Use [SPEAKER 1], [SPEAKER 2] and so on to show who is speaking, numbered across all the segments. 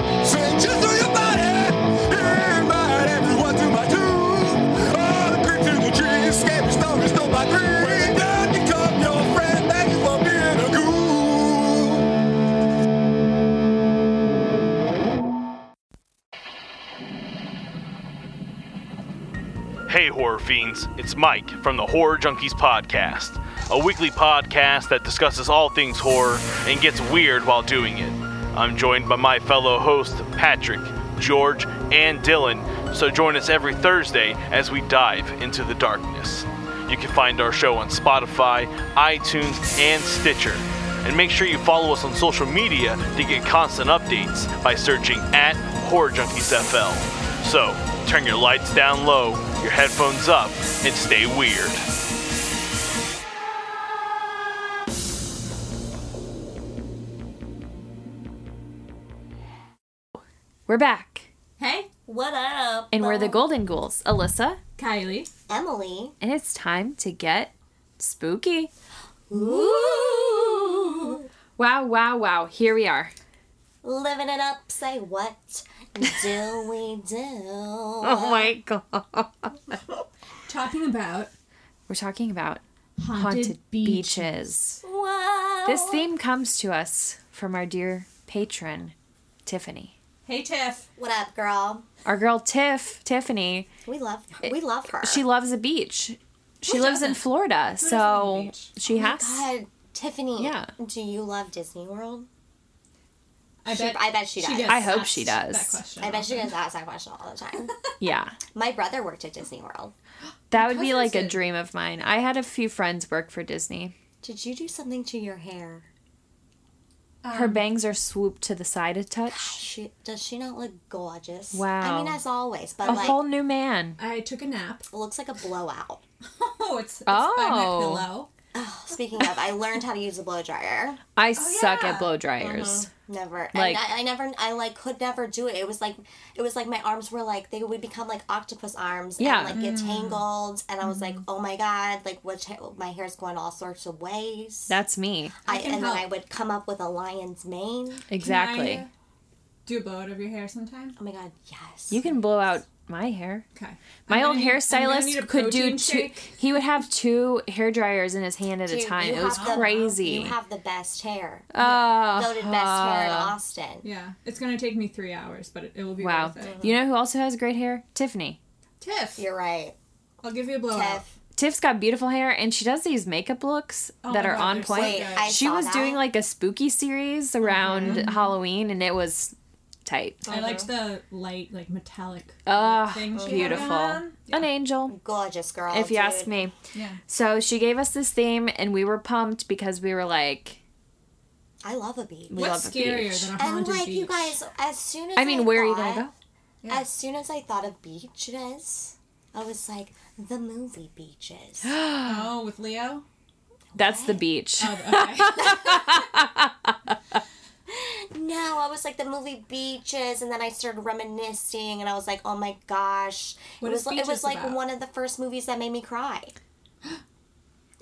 [SPEAKER 1] Just through your body, in my head, one through my two. All the creek to the tree, escape your story, stole my dream. When you're done, you come your friend, thank you for being a ghoul.
[SPEAKER 2] Hey, horror fiends, it's Mike from the Horror Junkies Podcast, a weekly podcast that discusses all things horror and gets weird while doing it. I'm joined by my fellow hosts, Patrick, George, and Dylan, so join us every Thursday as we dive into the darkness. You can find our show on Spotify, iTunes, and Stitcher. And make sure you follow us on social media to get constant updates by searching at Horror Junkies FL. So, turn your lights down low, your headphones up, and stay weird.
[SPEAKER 3] We're back.
[SPEAKER 4] Hey, what up?
[SPEAKER 3] And we're the Golden Ghouls, Alyssa,
[SPEAKER 4] Kylie.
[SPEAKER 5] Emily.
[SPEAKER 3] and it's time to get spooky.
[SPEAKER 5] Ooh.
[SPEAKER 3] Wow, wow, wow. Here we are.
[SPEAKER 5] Living it up, say what do we do?
[SPEAKER 3] Oh my god.
[SPEAKER 4] Talking about
[SPEAKER 3] We're talking about
[SPEAKER 4] haunted,
[SPEAKER 3] haunted,
[SPEAKER 4] beach.
[SPEAKER 3] beaches.
[SPEAKER 5] Wow.
[SPEAKER 3] This theme comes to us from our dear patron, Tiffany.
[SPEAKER 4] Hey, Tiff.
[SPEAKER 5] What up, girl?
[SPEAKER 3] Our girl Tiff, Tiffany,
[SPEAKER 5] We love we love her. Oh
[SPEAKER 3] she loves a beach. She
[SPEAKER 4] Who
[SPEAKER 3] lives in
[SPEAKER 4] doesn't?
[SPEAKER 3] Florida,
[SPEAKER 4] Who doesn't love
[SPEAKER 3] so
[SPEAKER 4] a beach?
[SPEAKER 3] she
[SPEAKER 5] Oh my
[SPEAKER 3] has.
[SPEAKER 5] God, Tiffany.
[SPEAKER 3] Yeah.
[SPEAKER 5] Do you love Disney World?
[SPEAKER 4] I
[SPEAKER 5] She- I bet she does.
[SPEAKER 3] I hope she
[SPEAKER 4] asked
[SPEAKER 3] does.
[SPEAKER 4] That question.
[SPEAKER 5] I bet she gets asked that question all the time.
[SPEAKER 3] Yeah.
[SPEAKER 5] my brother worked at Disney World.
[SPEAKER 3] That would be
[SPEAKER 4] cousins
[SPEAKER 3] like a
[SPEAKER 4] did.
[SPEAKER 3] dream of mine. I had a few friends work for Disney.
[SPEAKER 5] Did you do something to your hair?
[SPEAKER 3] Her bangs are swooped to the side a touch.
[SPEAKER 5] She does she not look gorgeous?
[SPEAKER 3] Wow.
[SPEAKER 5] I mean, as always, but
[SPEAKER 3] A
[SPEAKER 5] like
[SPEAKER 3] whole new man.
[SPEAKER 4] I took a nap.
[SPEAKER 5] looks like a blowout.
[SPEAKER 4] Oh, it's, it's by my
[SPEAKER 3] Oh.
[SPEAKER 4] pillow.
[SPEAKER 5] Speaking of, I learned how to use a blow dryer.
[SPEAKER 3] I suck
[SPEAKER 4] Oh, yeah. Uh-huh.
[SPEAKER 3] at blow dryers.
[SPEAKER 5] Never.
[SPEAKER 3] Like-
[SPEAKER 5] and I, I never I like could never do it. It was like it was like my arms were like they would become like octopus arms
[SPEAKER 3] Yeah.
[SPEAKER 5] and like get tangled and I was like, "Oh my god, like which my hair's going all sorts of ways."
[SPEAKER 3] That's me.
[SPEAKER 5] I,
[SPEAKER 4] can
[SPEAKER 5] and then I
[SPEAKER 4] help.
[SPEAKER 5] would come up with a lion's mane.
[SPEAKER 4] Can I
[SPEAKER 3] Exactly.
[SPEAKER 4] Do a blow out of your hair sometime.
[SPEAKER 5] Oh my god, yes.
[SPEAKER 3] You can blow out my hair.
[SPEAKER 4] Okay.
[SPEAKER 3] My
[SPEAKER 4] I'm
[SPEAKER 3] old
[SPEAKER 4] gonna need- I'm gonna need a
[SPEAKER 3] hairstylist could do two.
[SPEAKER 4] protein shake.
[SPEAKER 3] He would have two hair dryers in his hand at
[SPEAKER 5] Dude,
[SPEAKER 3] a time.
[SPEAKER 5] you
[SPEAKER 3] It was
[SPEAKER 5] have the-
[SPEAKER 3] crazy.
[SPEAKER 5] You have the best hair.
[SPEAKER 3] oh,
[SPEAKER 5] Voted best hair in Austin.
[SPEAKER 4] Yeah, it's gonna take me three hours, but it, it will be
[SPEAKER 3] wow.
[SPEAKER 4] worth it.
[SPEAKER 3] You know who also has great hair? Tiffany.
[SPEAKER 4] Tiff,
[SPEAKER 5] You're right.
[SPEAKER 4] I'll give you a
[SPEAKER 3] Uh-huh.
[SPEAKER 4] blowout.
[SPEAKER 5] Tiff.
[SPEAKER 3] Tiff's got beautiful hair, and she does these makeup looks
[SPEAKER 4] Oh
[SPEAKER 3] that
[SPEAKER 4] my
[SPEAKER 3] are
[SPEAKER 4] God,
[SPEAKER 3] on
[SPEAKER 4] they're so
[SPEAKER 3] point.
[SPEAKER 5] Wait,
[SPEAKER 4] good.
[SPEAKER 5] I
[SPEAKER 3] she
[SPEAKER 5] saw
[SPEAKER 3] was
[SPEAKER 5] that.
[SPEAKER 3] doing like a spooky series around Halloween, and it was tight.
[SPEAKER 4] Mm-hmm. I liked the light, like metallic
[SPEAKER 3] Oh,
[SPEAKER 4] thing. she had
[SPEAKER 3] beautiful. Oh,
[SPEAKER 4] on.
[SPEAKER 3] An angel,
[SPEAKER 5] gorgeous girl.
[SPEAKER 3] if you
[SPEAKER 5] dude.
[SPEAKER 3] ask me.
[SPEAKER 4] Yeah.
[SPEAKER 3] So she gave us this theme, and we were pumped because we were like,
[SPEAKER 5] I love a beach.
[SPEAKER 3] we
[SPEAKER 4] What's
[SPEAKER 3] love
[SPEAKER 4] scarier
[SPEAKER 3] the beach.
[SPEAKER 4] than a
[SPEAKER 5] And
[SPEAKER 4] haunted
[SPEAKER 5] like
[SPEAKER 4] beach?
[SPEAKER 5] you guys, as soon as
[SPEAKER 3] I mean, where are you gonna go?
[SPEAKER 4] Yeah.
[SPEAKER 5] As soon as I thought of beaches, I was like, the movie beaches.
[SPEAKER 4] Oh, with Leo.
[SPEAKER 3] That's the
[SPEAKER 5] Uh,
[SPEAKER 3] beach.
[SPEAKER 4] Oh, okay.
[SPEAKER 5] no, I was like the movie beaches, and then I started reminiscing, and I was like, oh my gosh,
[SPEAKER 4] What
[SPEAKER 5] it
[SPEAKER 4] is
[SPEAKER 5] was it
[SPEAKER 4] Beaches
[SPEAKER 5] was like
[SPEAKER 4] about?
[SPEAKER 5] one of the first movies that made me cry.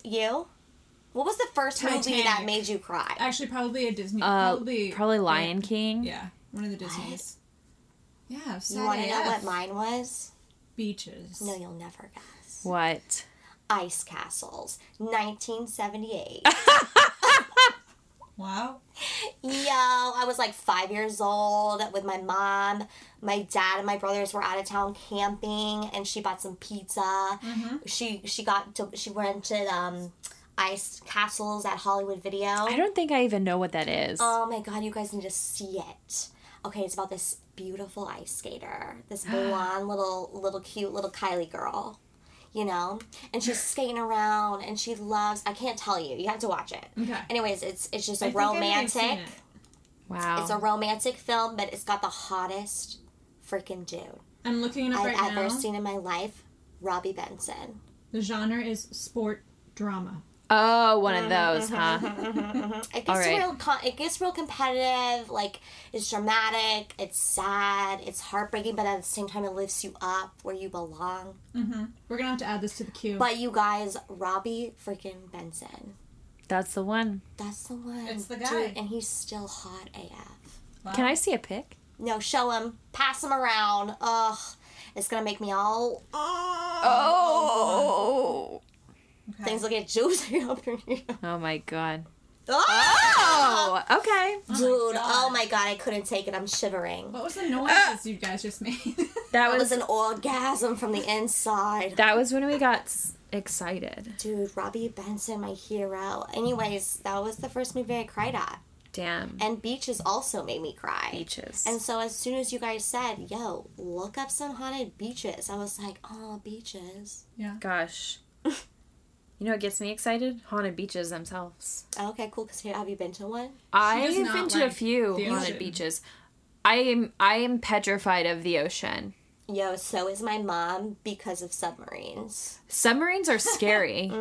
[SPEAKER 5] you, what was the first movie that
[SPEAKER 4] Titanic.
[SPEAKER 5] made you cry?
[SPEAKER 4] Actually, probably a Disney.
[SPEAKER 3] Uh,
[SPEAKER 4] probably.
[SPEAKER 3] probably Lion King.
[SPEAKER 4] Yeah, one of the Disneys. Yeah,
[SPEAKER 5] you want to know what mine was?
[SPEAKER 4] beaches.
[SPEAKER 5] No, you'll never guess.
[SPEAKER 3] What?
[SPEAKER 5] Ice Castles, 1978.
[SPEAKER 4] Wow.
[SPEAKER 5] Yo, I was like five years old with my mom. My dad and my brothers were out of town camping, and she bought some pizza.
[SPEAKER 4] Mm-hmm.
[SPEAKER 5] She she got to, she rented um, ice castles at Hollywood Video.
[SPEAKER 3] I don't think I even know what that is.
[SPEAKER 5] Oh my god, you guys need to see it. Okay, it's about this beautiful ice skater, this blonde little little cute little Kylie girl, you know, and she's skating around and she loves. I can't tell you. You have to watch it.
[SPEAKER 4] Okay.
[SPEAKER 5] Anyways, it's it's just
[SPEAKER 4] I
[SPEAKER 5] a
[SPEAKER 4] think I may have seen
[SPEAKER 5] romantic.
[SPEAKER 4] it.
[SPEAKER 3] wow.
[SPEAKER 5] It's a romantic film, but it's got the hottest freaking dude
[SPEAKER 4] I'm looking it up
[SPEAKER 5] I've
[SPEAKER 4] right
[SPEAKER 5] ever
[SPEAKER 4] now.
[SPEAKER 5] seen in my life. Robbie Benson.
[SPEAKER 4] The genre is sport drama.
[SPEAKER 3] oh, one
[SPEAKER 5] Mm-hmm,
[SPEAKER 3] of those, huh?
[SPEAKER 5] It gets
[SPEAKER 3] All right.
[SPEAKER 5] real. Con- it gets real competitive. Like it's dramatic. It's sad. It's heartbreaking, but at the same time, it lifts you up where you belong.
[SPEAKER 4] We're gonna have to add this to the queue.
[SPEAKER 5] But you guys, Robbie freaking Benson.
[SPEAKER 3] That's the one.
[SPEAKER 5] That's the one.
[SPEAKER 4] It's the
[SPEAKER 5] dude,
[SPEAKER 4] guy.
[SPEAKER 5] and he's still hot AF.
[SPEAKER 3] Can I see a pic?
[SPEAKER 5] No, show him. Pass him around. Ugh. It's gonna make me all.
[SPEAKER 3] Oh.
[SPEAKER 5] Things will get juicy up in here.
[SPEAKER 3] Oh my god.
[SPEAKER 5] Ah!
[SPEAKER 3] Oh, okay.
[SPEAKER 5] Dude, oh my god, I couldn't take it. I'm shivering.
[SPEAKER 4] What was the noises you guys just made?
[SPEAKER 3] That
[SPEAKER 5] That was
[SPEAKER 3] was
[SPEAKER 5] an orgasm from the inside.
[SPEAKER 3] that was when we got s- excited.
[SPEAKER 5] Dude, Robbie Benson, my hero. Anyways, that was the first movie I cried at.
[SPEAKER 3] Damn.
[SPEAKER 5] And Beaches also made me cry.
[SPEAKER 3] Beaches.
[SPEAKER 5] And so as soon as you guys said, yo, look up some haunted beaches, I was like, oh, beaches.
[SPEAKER 4] yeah.
[SPEAKER 3] Gosh. You know what gets me excited? Haunted beaches themselves.
[SPEAKER 5] Oh, okay, cool, because have you been to one?
[SPEAKER 3] I've
[SPEAKER 4] does
[SPEAKER 3] been
[SPEAKER 4] not
[SPEAKER 3] to a
[SPEAKER 4] like
[SPEAKER 3] few
[SPEAKER 4] the
[SPEAKER 3] haunted
[SPEAKER 4] ocean.
[SPEAKER 3] beaches. I am I am petrified of the ocean.
[SPEAKER 5] Yo, so is my mom because of submarines.
[SPEAKER 3] Submarines are scary.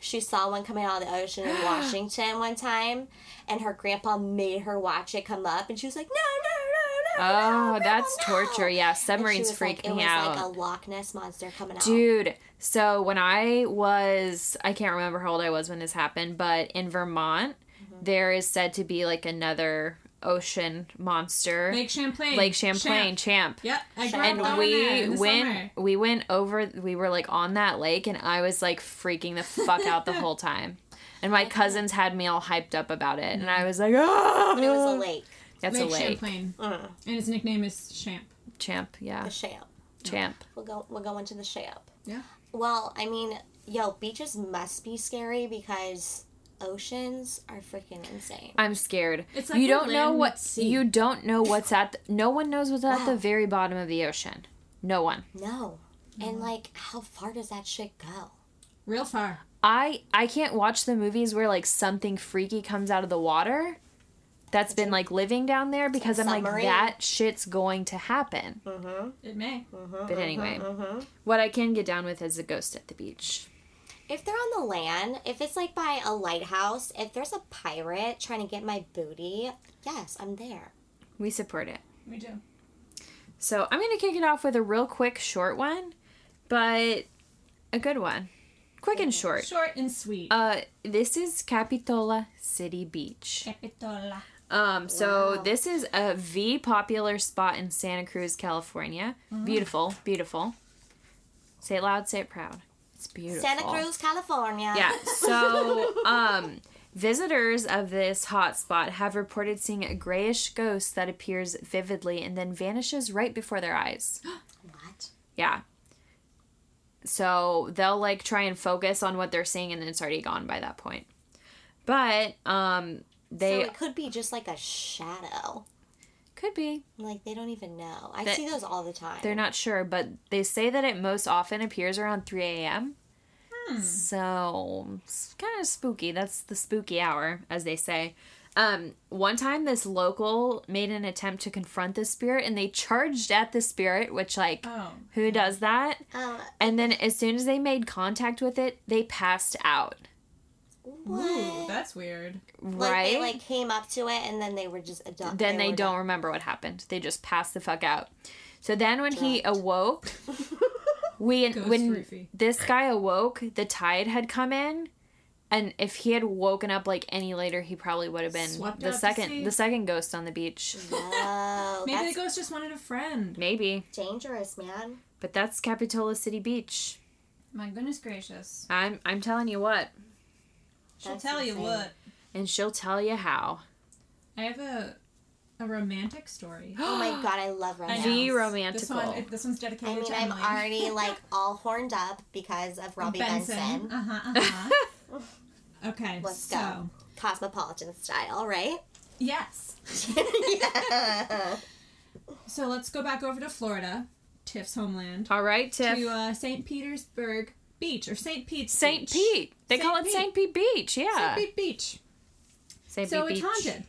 [SPEAKER 5] She saw one coming out of the ocean in Washington one time, and her grandpa made her watch it come up, and she was like, no, no, no, no. no,
[SPEAKER 3] oh,
[SPEAKER 5] grandma,
[SPEAKER 3] that's
[SPEAKER 5] no."
[SPEAKER 3] torture. Yeah,
[SPEAKER 5] And she
[SPEAKER 3] submarines
[SPEAKER 5] was
[SPEAKER 3] freak
[SPEAKER 5] like, it
[SPEAKER 3] me
[SPEAKER 5] was
[SPEAKER 3] out.
[SPEAKER 5] like a Loch Ness monster coming out.
[SPEAKER 3] Dude, so when I was, I can't remember how old I was when this happened, but in Vermont, there is said to be like another ocean monster,
[SPEAKER 4] Lake Champlain.
[SPEAKER 3] Lake Champlain,
[SPEAKER 4] Champ.
[SPEAKER 3] Champ.
[SPEAKER 4] Yep. I grew
[SPEAKER 3] And
[SPEAKER 4] up down there in
[SPEAKER 3] we
[SPEAKER 4] the
[SPEAKER 3] went,
[SPEAKER 4] summer.
[SPEAKER 3] we went over. We were like on that lake, and I was like freaking the fuck out the whole time. And my cousins had me all hyped up about it, and I was like, "Oh,
[SPEAKER 5] It was a lake, Mm.
[SPEAKER 3] that's
[SPEAKER 4] Lake
[SPEAKER 3] a lake,
[SPEAKER 4] Champlain. And his nickname is Champ.
[SPEAKER 3] Champ, yeah,
[SPEAKER 5] the sham.
[SPEAKER 3] Champ."
[SPEAKER 5] We'll go. We'll go into the sham.
[SPEAKER 4] Yeah.
[SPEAKER 5] Well, I mean, yo, beaches must be scary because oceans are freaking insane.
[SPEAKER 3] I'm scared.
[SPEAKER 4] It's like
[SPEAKER 3] you
[SPEAKER 4] a
[SPEAKER 3] don't know
[SPEAKER 4] land
[SPEAKER 3] what
[SPEAKER 4] sea.
[SPEAKER 3] you don't know what's at. The, no one knows what's at
[SPEAKER 5] Wow.
[SPEAKER 3] the very bottom of the ocean. No one.
[SPEAKER 5] No,
[SPEAKER 3] Mm-hmm.
[SPEAKER 5] and like, how far does that shit go?
[SPEAKER 4] Real far.
[SPEAKER 3] I I can't watch the movies where like something freaky comes out of the water. That's been like living down there because I'm like
[SPEAKER 5] Submarine.
[SPEAKER 3] that shit's going to happen.
[SPEAKER 4] It may.
[SPEAKER 5] Mm. Mm-hmm,
[SPEAKER 3] But anyway, what I can get down with is a ghost at the beach.
[SPEAKER 5] If they're on the land, if it's like by a lighthouse, if there's a pirate trying to get my booty, yes, I'm there.
[SPEAKER 3] We support it.
[SPEAKER 4] We do.
[SPEAKER 3] So I'm gonna kick it off with a real quick short one, but a good one, quick and short.
[SPEAKER 4] Short and sweet.
[SPEAKER 3] Uh, this is Capitola City Beach.
[SPEAKER 4] Capitola.
[SPEAKER 3] Um, so this is a V popular spot in Santa Cruz, California.
[SPEAKER 5] Mm-hmm.
[SPEAKER 3] Beautiful, beautiful. Say it loud, say it proud. It's beautiful.
[SPEAKER 5] Santa Cruz, California.
[SPEAKER 3] Yeah. So, um, visitors of this hotspot have reported seeing a grayish ghost that appears vividly and then vanishes right before their eyes.
[SPEAKER 5] What?
[SPEAKER 3] Yeah. So they'll like try and focus on what they're seeing and then it's already gone by that point. But um
[SPEAKER 5] So
[SPEAKER 3] they
[SPEAKER 5] it could be just like a shadow.
[SPEAKER 3] could be
[SPEAKER 5] Like they don't even know. I
[SPEAKER 3] That-
[SPEAKER 5] see those all the time.
[SPEAKER 3] They're not sure, but they say that it most often appears around 3 a.m. So it's kind of spooky. That's the spooky hour, as they say. Um, one time, this local made an attempt to confront the spirit, and they charged at the spirit, which like,
[SPEAKER 4] Oh.
[SPEAKER 3] who does that?
[SPEAKER 5] Uh,
[SPEAKER 3] And then, as soon as they made contact with it, they passed out.
[SPEAKER 5] what?
[SPEAKER 4] Oh. Ooh, that's weird.
[SPEAKER 5] Like
[SPEAKER 3] right?
[SPEAKER 5] they like came up to it and then they were just adult.
[SPEAKER 3] then they,
[SPEAKER 5] were
[SPEAKER 3] don't
[SPEAKER 5] done.
[SPEAKER 3] remember what happened. They just pass the fuck out. So then when he awoke, we
[SPEAKER 4] Ghost
[SPEAKER 3] when
[SPEAKER 4] roofie.
[SPEAKER 3] this guy awoke, the tide had come in, and if he had woken up like any later, he probably would have been
[SPEAKER 4] Swept
[SPEAKER 3] the
[SPEAKER 4] out to
[SPEAKER 3] second
[SPEAKER 4] sea.
[SPEAKER 3] the second ghost on the beach.
[SPEAKER 5] Oh,
[SPEAKER 4] Maybe
[SPEAKER 5] that's
[SPEAKER 4] the ghost just wanted a friend.
[SPEAKER 3] Maybe,
[SPEAKER 5] dangerous, man.
[SPEAKER 3] but that's Capitola City Beach.
[SPEAKER 4] My goodness gracious.
[SPEAKER 3] I'm I'm telling you what,
[SPEAKER 4] She'll
[SPEAKER 5] That's
[SPEAKER 4] tell you
[SPEAKER 5] insane.
[SPEAKER 4] what.
[SPEAKER 3] and she'll tell you how.
[SPEAKER 4] I have a a romantic story.
[SPEAKER 5] Oh my god, I love
[SPEAKER 4] I
[SPEAKER 5] romance.
[SPEAKER 3] The
[SPEAKER 4] know. This,
[SPEAKER 3] romantical.
[SPEAKER 4] one, this one's
[SPEAKER 5] I
[SPEAKER 4] dedicated
[SPEAKER 5] mean,
[SPEAKER 4] to
[SPEAKER 5] I'm
[SPEAKER 4] Emily.
[SPEAKER 5] already like all horned up because of Robbie Benson,
[SPEAKER 4] Benson. Uh huh. Uh-huh. okay.
[SPEAKER 5] Let's
[SPEAKER 4] so,
[SPEAKER 5] go. cosmopolitan style, right?
[SPEAKER 4] Yes.
[SPEAKER 5] yeah.
[SPEAKER 4] So let's go back over to Florida, Tiff's homeland,
[SPEAKER 3] All right, Tiff.
[SPEAKER 4] to uh, St. Petersburg Beach or St. Pete's
[SPEAKER 3] St.
[SPEAKER 4] Beach.
[SPEAKER 3] Pete. They
[SPEAKER 4] St.
[SPEAKER 3] call it
[SPEAKER 4] Pete.
[SPEAKER 3] St. Pete Beach. Yeah.
[SPEAKER 4] St. Pete Beach.
[SPEAKER 3] St.
[SPEAKER 4] so
[SPEAKER 3] Pete
[SPEAKER 4] it's haunted,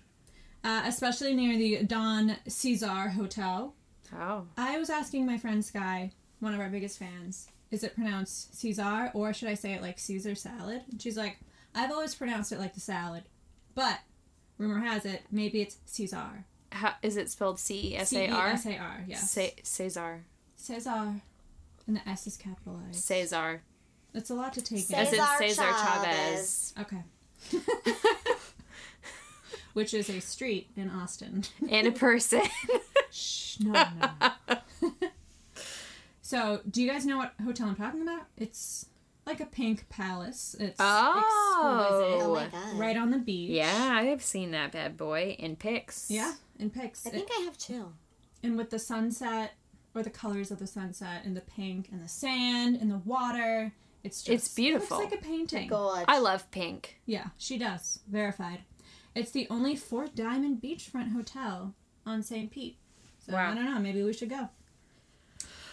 [SPEAKER 4] uh, especially near the Don Cesar Hotel.
[SPEAKER 3] Oh.
[SPEAKER 4] I was asking my friend Sky, one of our biggest fans, is it pronounced Caesar or should I say it like Caesar salad? And she's like, I've always pronounced it like the salad, but rumor has it maybe it's Caesar.
[SPEAKER 3] How is it spelled? C E S A R.
[SPEAKER 4] S A R. Yes.
[SPEAKER 3] Ca- Caesar.
[SPEAKER 4] Cesar, and the S is capitalized.
[SPEAKER 3] Caesar.
[SPEAKER 4] It's a lot to take
[SPEAKER 5] Cesar
[SPEAKER 4] in.
[SPEAKER 3] As in Cesar
[SPEAKER 5] Chavez.
[SPEAKER 3] Chavez.
[SPEAKER 4] Okay. which is a street in Austin.
[SPEAKER 3] in a person.
[SPEAKER 4] Shh, no, no. no. so, do you guys know what hotel I'm talking about? It's like a pink palace. It's
[SPEAKER 5] Oh
[SPEAKER 3] Oh.
[SPEAKER 5] my god.
[SPEAKER 4] exquisite, right on the beach.
[SPEAKER 3] yeah, I have seen that bad boy in pics.
[SPEAKER 4] Yeah, in pics.
[SPEAKER 5] I think I have two.
[SPEAKER 4] and with the sunset or the colors of the sunset and the pink and the sand and the water, it's just
[SPEAKER 3] It's beautiful.
[SPEAKER 4] It's like a painting.
[SPEAKER 5] God.
[SPEAKER 3] I love pink.
[SPEAKER 4] Yeah, she does. Verified. It's the only four diamond beachfront hotel on St. Pete. So
[SPEAKER 3] Wow.
[SPEAKER 4] I don't know, maybe we should go.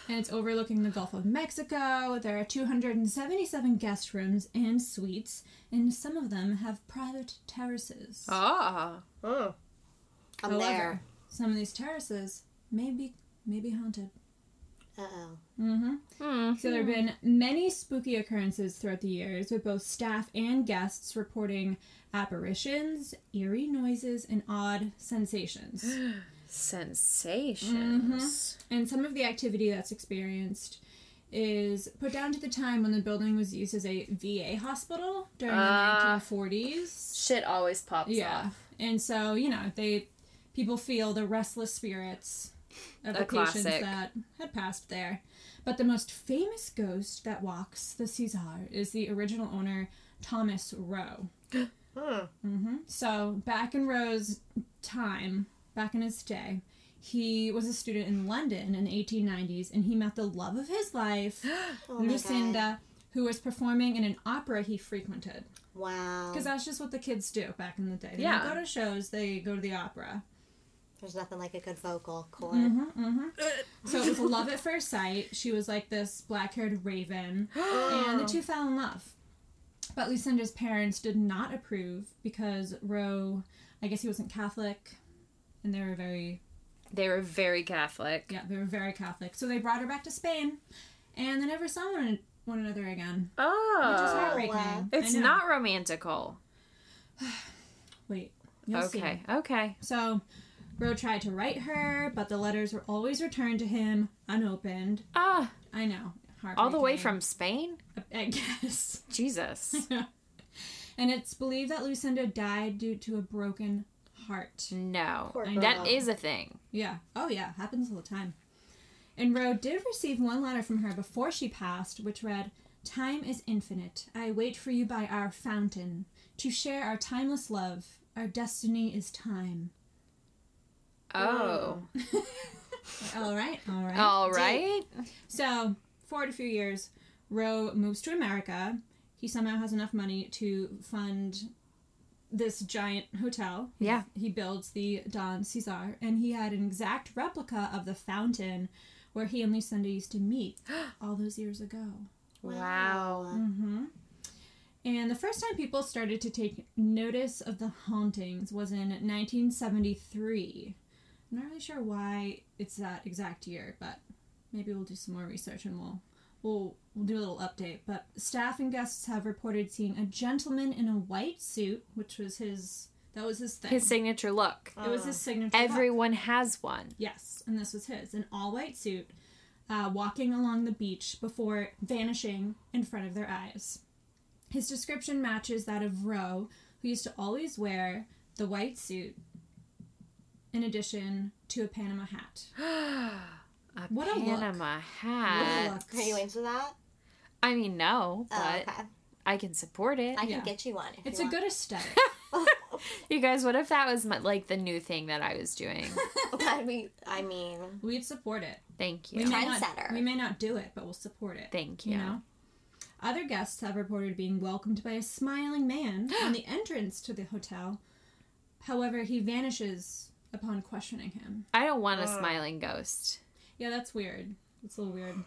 [SPEAKER 4] And it's overlooking the Gulf of Mexico. There are 277 guest rooms and suites, and some of them have private terraces. Ah.
[SPEAKER 3] Oh.
[SPEAKER 5] I'm
[SPEAKER 4] However,
[SPEAKER 5] there.
[SPEAKER 4] some of these terraces may be, may be haunted.
[SPEAKER 5] Uh oh.
[SPEAKER 4] So there have been many spooky occurrences throughout the years, with both staff and guests reporting apparitions, eerie noises, and odd sensations.
[SPEAKER 3] Sensations.
[SPEAKER 4] and some of the activity that's experienced is put down to the time when the building was used as a VA hospital during
[SPEAKER 3] Ah.
[SPEAKER 4] the 1940s.
[SPEAKER 3] Shit always pops
[SPEAKER 4] Yeah,
[SPEAKER 3] off.
[SPEAKER 4] and so you know they people feel the restless spirits of
[SPEAKER 3] A
[SPEAKER 4] the patients
[SPEAKER 3] classic.
[SPEAKER 4] that had passed there. But the most famous ghost that walks the Cesar is the original owner Thomas Rowe. hmm So back in Rowe's time, back in his day. He was a student in London in the 1890s and he met the love of his life,
[SPEAKER 5] Oh my God.
[SPEAKER 4] Lucinda, who was performing in an opera he frequented.
[SPEAKER 5] Wow.
[SPEAKER 4] Because that's just what the kids do back in the day. They
[SPEAKER 3] Yeah.
[SPEAKER 4] don't go to shows, they go to the opera.
[SPEAKER 5] There's nothing like a good vocal cord.
[SPEAKER 4] Mm-hmm. So it was love at first sight. She was like this black haired raven, and the two fell in love. But Lucinda's parents did not approve because Roe, I guess he wasn't Catholic, and they were very,
[SPEAKER 3] They were very Catholic.
[SPEAKER 4] yeah, they were very Catholic. So they brought her back to Spain, and they never saw one, one another again. Which is
[SPEAKER 3] Oh.
[SPEAKER 4] heartbreaking.
[SPEAKER 5] wow.
[SPEAKER 4] I
[SPEAKER 3] It's
[SPEAKER 4] know.
[SPEAKER 3] not romantical.
[SPEAKER 4] Wait. You'll see.
[SPEAKER 3] okay. Okay.
[SPEAKER 4] So Roe tried to write her, but the letters were always returned to him unopened.
[SPEAKER 3] Ah,
[SPEAKER 4] I know.
[SPEAKER 3] all the way
[SPEAKER 4] heartbreaking.
[SPEAKER 3] from Spain?
[SPEAKER 4] I guess.
[SPEAKER 3] Jesus.
[SPEAKER 4] And it's believed that Lucinda died due to a broken heart.
[SPEAKER 3] No.
[SPEAKER 5] Poor
[SPEAKER 3] That
[SPEAKER 5] girl.
[SPEAKER 3] is a thing.
[SPEAKER 4] Yeah. Oh yeah, happens all the time. And Roe did receive one letter from her before she passed, which read, "Time is infinite. I wait for you by our fountain to share our timeless love. Our destiny is time."
[SPEAKER 3] Oh.
[SPEAKER 4] All right. All right.
[SPEAKER 3] All right.
[SPEAKER 4] So, forward a few years, Roe moves to America. He somehow has enough money to fund this giant hotel. He-
[SPEAKER 3] Yeah.
[SPEAKER 4] He builds the Don Cesar, and he had an exact replica of the fountain where he and Lucinda used to meet all those years ago.
[SPEAKER 3] Wow.
[SPEAKER 4] And the first time people started to take notice of the hauntings was in 1973. I'm not really sure why it's that exact year, but maybe we'll do some more research and we'll we'll we'll do a little update. But staff and guests have reported seeing a gentleman in a white suit, which was his that was his thing.
[SPEAKER 3] His signature look.
[SPEAKER 4] it was his signature. look.
[SPEAKER 3] Everyone has one.
[SPEAKER 4] Yes, and this was his, an all white suit, uh, walking along the beach before vanishing in front of their eyes. His description matches that of Roe, who used to always wear the white suit in addition to a Panama hat.
[SPEAKER 3] A
[SPEAKER 4] What a look.
[SPEAKER 3] Panama
[SPEAKER 4] What a
[SPEAKER 3] hat.
[SPEAKER 4] look.
[SPEAKER 5] Are you into that?
[SPEAKER 3] I mean, no, but
[SPEAKER 5] Oh, okay.
[SPEAKER 3] I can support it.
[SPEAKER 5] I can
[SPEAKER 4] Yeah.
[SPEAKER 5] get you one. if
[SPEAKER 4] It's a
[SPEAKER 5] you
[SPEAKER 4] good aesthetic.
[SPEAKER 3] you guys, what if that was my, like the new thing that I was doing?
[SPEAKER 5] want. I mean, I mean,
[SPEAKER 4] We'd support it.
[SPEAKER 3] Thank
[SPEAKER 4] We
[SPEAKER 3] you.
[SPEAKER 4] may, not,
[SPEAKER 5] Trendsetter.
[SPEAKER 4] we may not do it, but we'll support it.
[SPEAKER 3] Thank
[SPEAKER 4] you
[SPEAKER 3] you.
[SPEAKER 4] know? Other guests have reported being welcomed by a smiling man on the entrance to the hotel. However, he vanishes upon questioning him.
[SPEAKER 3] I don't want a smiling ghost.
[SPEAKER 4] Yeah, that's weird. It's a little weird.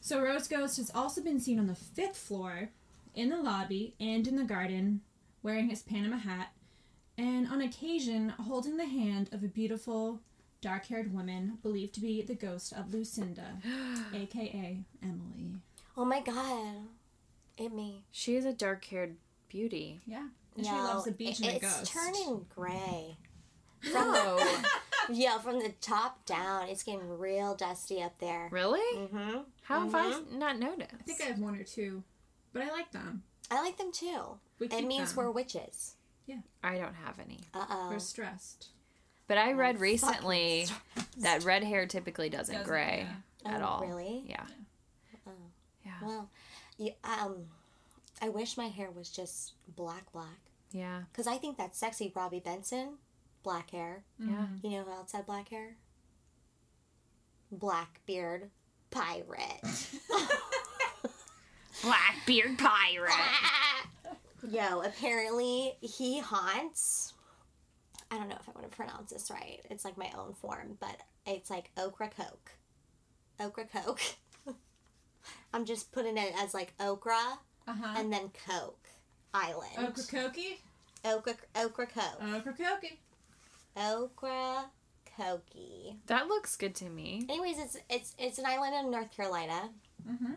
[SPEAKER 4] So Rose Ghost has also been seen on the fifth floor, in the lobby, and in the garden, wearing his Panama hat, and on occasion holding the hand of a beautiful, dark haired woman believed to be the ghost of Lucinda, aka Emily.
[SPEAKER 5] oh my god, it me.
[SPEAKER 3] She is a dark haired beauty.
[SPEAKER 4] Yeah. And she loves the beach
[SPEAKER 5] it-
[SPEAKER 4] and the
[SPEAKER 5] it's
[SPEAKER 4] ghost.
[SPEAKER 5] turning gray.
[SPEAKER 3] No.
[SPEAKER 5] Yeah, from the top down, it's getting real dusty up there.
[SPEAKER 3] really?
[SPEAKER 5] Mm-hmm.
[SPEAKER 3] How have I not noticed?
[SPEAKER 4] I think I have one or two, but I like them.
[SPEAKER 5] I like them too.
[SPEAKER 4] We
[SPEAKER 5] it
[SPEAKER 4] keep
[SPEAKER 5] means
[SPEAKER 4] them.
[SPEAKER 5] we're witches.
[SPEAKER 4] Yeah.
[SPEAKER 3] I don't have any.
[SPEAKER 5] Uh oh.
[SPEAKER 4] We're stressed.
[SPEAKER 3] But I read
[SPEAKER 5] fucking
[SPEAKER 3] recently that red hair typically doesn't,
[SPEAKER 4] Doesn't,
[SPEAKER 3] gray
[SPEAKER 5] yeah.
[SPEAKER 3] at
[SPEAKER 5] Oh,
[SPEAKER 3] all.
[SPEAKER 5] really?
[SPEAKER 3] Yeah. Yeah.
[SPEAKER 5] Well, you, um, I wish my hair was just black, black.
[SPEAKER 3] Yeah.
[SPEAKER 5] Because I think that's sexy, Robbie Benson. Black hair.
[SPEAKER 4] Mm-hmm.
[SPEAKER 3] Yeah.
[SPEAKER 5] You know who else had black hair? Blackbeard Pirate.
[SPEAKER 3] Blackbeard pirate.
[SPEAKER 5] Yo, apparently he haunts. I don't know if I want to pronounce this right. It's like my own form, but it's like okra coke. Okra coke. I'm just putting it as like okra
[SPEAKER 4] Uh huh.
[SPEAKER 5] and then coke island.
[SPEAKER 4] Oh, Okra-koki?
[SPEAKER 5] Okra, okra coke.
[SPEAKER 4] Uh. Oh, Okra-koki.
[SPEAKER 5] Okra Koki.
[SPEAKER 3] That looks good to me.
[SPEAKER 5] Anyways, it's it's it's an island in North Carolina. Mm-hmm.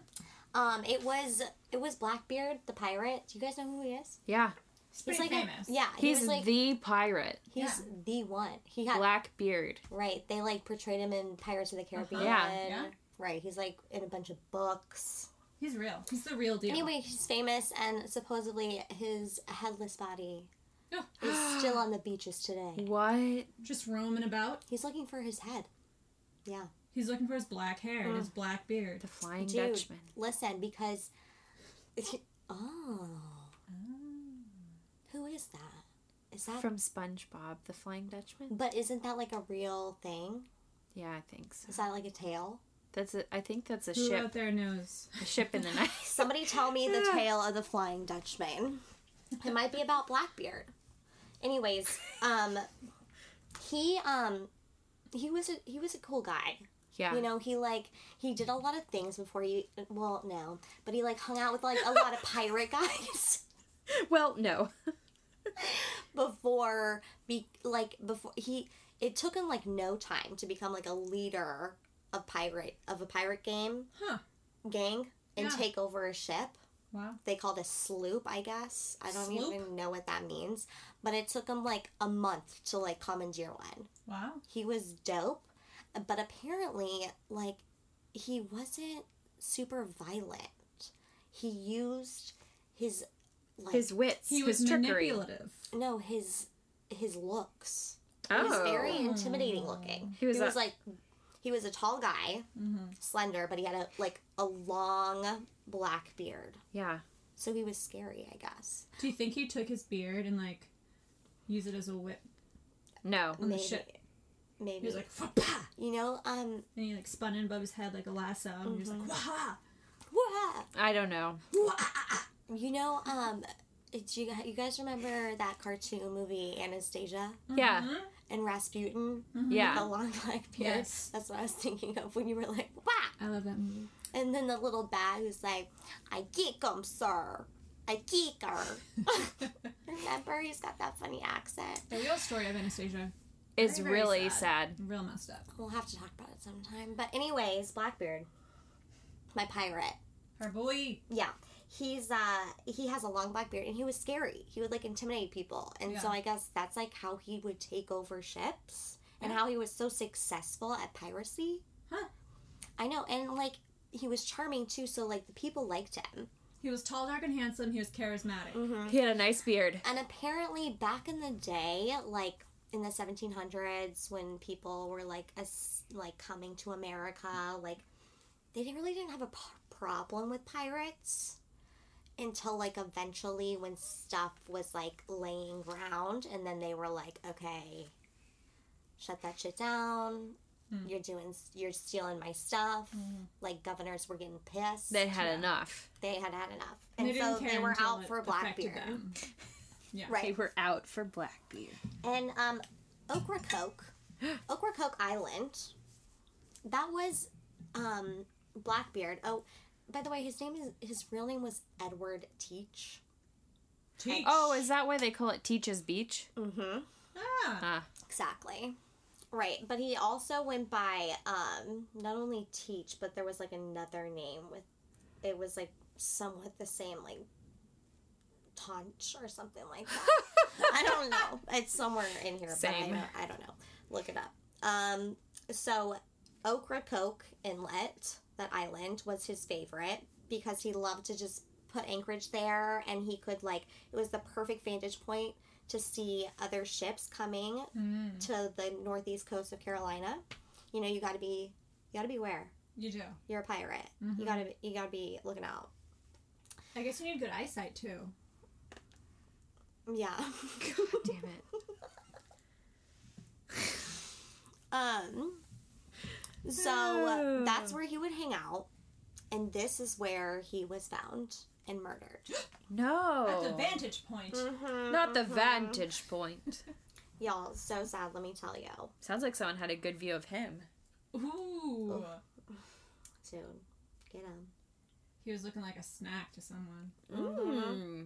[SPEAKER 5] Um, it was it was Blackbeard the pirate. Do you guys know who he is?
[SPEAKER 3] Yeah.
[SPEAKER 4] It's pretty
[SPEAKER 5] like a-
[SPEAKER 4] famous.
[SPEAKER 5] yeah, he
[SPEAKER 3] He's
[SPEAKER 5] was like
[SPEAKER 3] the pirate.
[SPEAKER 5] he's
[SPEAKER 4] Yeah.
[SPEAKER 5] the one. He had
[SPEAKER 3] Blackbeard.
[SPEAKER 5] right. They like portrayed him in Pirates of the Caribbean.
[SPEAKER 3] Yeah.
[SPEAKER 4] Uh-huh. Yeah.
[SPEAKER 5] Right. He's like in a bunch of books.
[SPEAKER 4] He's real. He's the real deal.
[SPEAKER 5] Anyway, he's famous, and supposedly his headless body
[SPEAKER 4] Oh,
[SPEAKER 5] is still on the beaches today.
[SPEAKER 3] What?
[SPEAKER 4] just roaming about.
[SPEAKER 5] He's looking for his head. Yeah.
[SPEAKER 4] He's looking for his black hair and his
[SPEAKER 5] Mm.
[SPEAKER 4] black beard.
[SPEAKER 3] The Flying
[SPEAKER 5] Dude,
[SPEAKER 3] Dutchman.
[SPEAKER 5] listen, because oh, who is that? Is that?
[SPEAKER 3] From SpongeBob, The Flying Dutchman?
[SPEAKER 5] but isn't that like a real thing?
[SPEAKER 3] Yeah, I think so.
[SPEAKER 5] Is that like a tale?
[SPEAKER 3] That's a, I think that's a
[SPEAKER 4] Who
[SPEAKER 3] ship.
[SPEAKER 4] out there knows?
[SPEAKER 3] A ship in the night.
[SPEAKER 5] Somebody tell me the tale of the Flying Dutchman. It might be about Blackbeard. Anyways, um, he um, he was a, he was a cool guy.
[SPEAKER 3] Yeah.
[SPEAKER 5] You know, he like he did a lot of things before he well no, but he like hung out with like a lot of pirate guys.
[SPEAKER 3] well, no.
[SPEAKER 5] before be like before he it took him like no time to become like a leader of pirate of a pirate game
[SPEAKER 4] Huh.
[SPEAKER 5] gang and
[SPEAKER 4] Yeah.
[SPEAKER 5] take over a ship
[SPEAKER 4] Wow.
[SPEAKER 5] they called a sloop i guess i don't
[SPEAKER 4] Sloop?
[SPEAKER 5] even know what that means but it took him like a month to like commandeer one
[SPEAKER 4] Wow.
[SPEAKER 5] he was dope but apparently like he wasn't super violent he used his like
[SPEAKER 3] His wits.
[SPEAKER 4] He was
[SPEAKER 3] his trickery.
[SPEAKER 4] manipulative.
[SPEAKER 5] no his his looks He was
[SPEAKER 3] Oh.
[SPEAKER 5] very intimidating looking.
[SPEAKER 3] He was a-
[SPEAKER 5] like he was a tall guy, slender, but he had a like a long black beard.
[SPEAKER 3] Yeah.
[SPEAKER 5] So he was scary, I guess.
[SPEAKER 4] Do you think he took his beard and like used it as a whip?
[SPEAKER 3] No.
[SPEAKER 4] On the
[SPEAKER 5] Maybe.
[SPEAKER 4] ship. He
[SPEAKER 5] Maybe.
[SPEAKER 4] was like, "Fa-pa!"
[SPEAKER 5] you know, um
[SPEAKER 4] and he like spun in above his head like a lasso, and he was
[SPEAKER 5] Mm-hmm.
[SPEAKER 4] like, "Wah!"
[SPEAKER 5] wah,
[SPEAKER 3] I don't know.
[SPEAKER 5] you know, um do you, you guys remember that cartoon movie Anastasia
[SPEAKER 4] Mm-hmm.
[SPEAKER 3] Yeah.
[SPEAKER 5] and Rasputin?
[SPEAKER 3] Yeah.
[SPEAKER 5] The long black beard.
[SPEAKER 4] Yes.
[SPEAKER 5] That's what I was thinking of when you were like, wah!
[SPEAKER 4] I love that movie.
[SPEAKER 5] And then the little bat who's like, I geek 'em, sir. I geek her. Remember, he's got that funny accent.
[SPEAKER 4] The real story of Anastasia,
[SPEAKER 3] It's
[SPEAKER 4] Very, very
[SPEAKER 3] really
[SPEAKER 4] sad.
[SPEAKER 3] sad.
[SPEAKER 4] real messed up.
[SPEAKER 5] We'll have to talk about it sometime. But, anyways, Blackbeard, my pirate.
[SPEAKER 4] Her boy.
[SPEAKER 5] Yeah. He's, uh, he has a long black beard and he was scary. He would, like, intimidate people. And so
[SPEAKER 4] Yeah.
[SPEAKER 5] I guess that's, like, how he would take over ships and how he was so successful at piracy.
[SPEAKER 4] Huh.
[SPEAKER 5] I know. And, like, he was charming, too. So, like, the people liked him.
[SPEAKER 4] He was tall, dark, and handsome. He was charismatic.
[SPEAKER 5] Mm-hmm.
[SPEAKER 3] He had a nice beard.
[SPEAKER 5] And apparently, back in the day, like in the 1700s, when people were like as like coming to America, like they didn't- really didn't have a p- problem with pirates until like eventually when stuff was like laying ground, and then they were like, okay, shut that shit down.
[SPEAKER 4] Hmm.
[SPEAKER 5] You're doing, you're stealing my stuff. Like governors were getting pissed.
[SPEAKER 3] They had enough.
[SPEAKER 5] They had had enough,
[SPEAKER 4] And
[SPEAKER 5] and so they were
[SPEAKER 4] until
[SPEAKER 5] out
[SPEAKER 4] it
[SPEAKER 5] for
[SPEAKER 4] affected
[SPEAKER 5] Blackbeard.
[SPEAKER 4] them. Yeah.
[SPEAKER 5] Right.
[SPEAKER 3] They were out for Blackbeard.
[SPEAKER 5] And um, Ocracoke, Ocracoke Island, that was um, Blackbeard. Oh, by the way, his name is his real name was Edward Teach.
[SPEAKER 4] Teach.
[SPEAKER 3] Oh, is that why they call it Teach's Beach?
[SPEAKER 4] Ah.
[SPEAKER 3] Ah,
[SPEAKER 5] Exactly. Right, but he also went by um, not only Teach, but there was like another name with it was like somewhat the same, like Taunch or something like that. I don't know. It's somewhere in here,
[SPEAKER 3] Same.
[SPEAKER 5] but I don't, I don't know. Look it up. Um, so Ocracoke Inlet, that island, was his favorite because he loved to just put anchorage there, and he could like it was the perfect vantage point to see other ships coming to the northeast coast of Carolina. You know, you got to be you got to beware.
[SPEAKER 4] You do.
[SPEAKER 5] You're a pirate. You got to you got to be looking out.
[SPEAKER 4] I guess you need good eyesight too.
[SPEAKER 5] Yeah.
[SPEAKER 3] Damn it.
[SPEAKER 5] Um, so that's where he would hang out, and this is where he was found and murdered.
[SPEAKER 4] At the Mm-hmm.
[SPEAKER 3] No.
[SPEAKER 4] vantage point.
[SPEAKER 5] Mm.
[SPEAKER 3] Not the vantage point.
[SPEAKER 5] Y'all, so sad. Let me tell you,
[SPEAKER 3] Sounds like someone had a good view of him.
[SPEAKER 4] Ooh.
[SPEAKER 5] Oh. dude. Get him.
[SPEAKER 4] He was looking like a snack to someone.
[SPEAKER 3] Mm.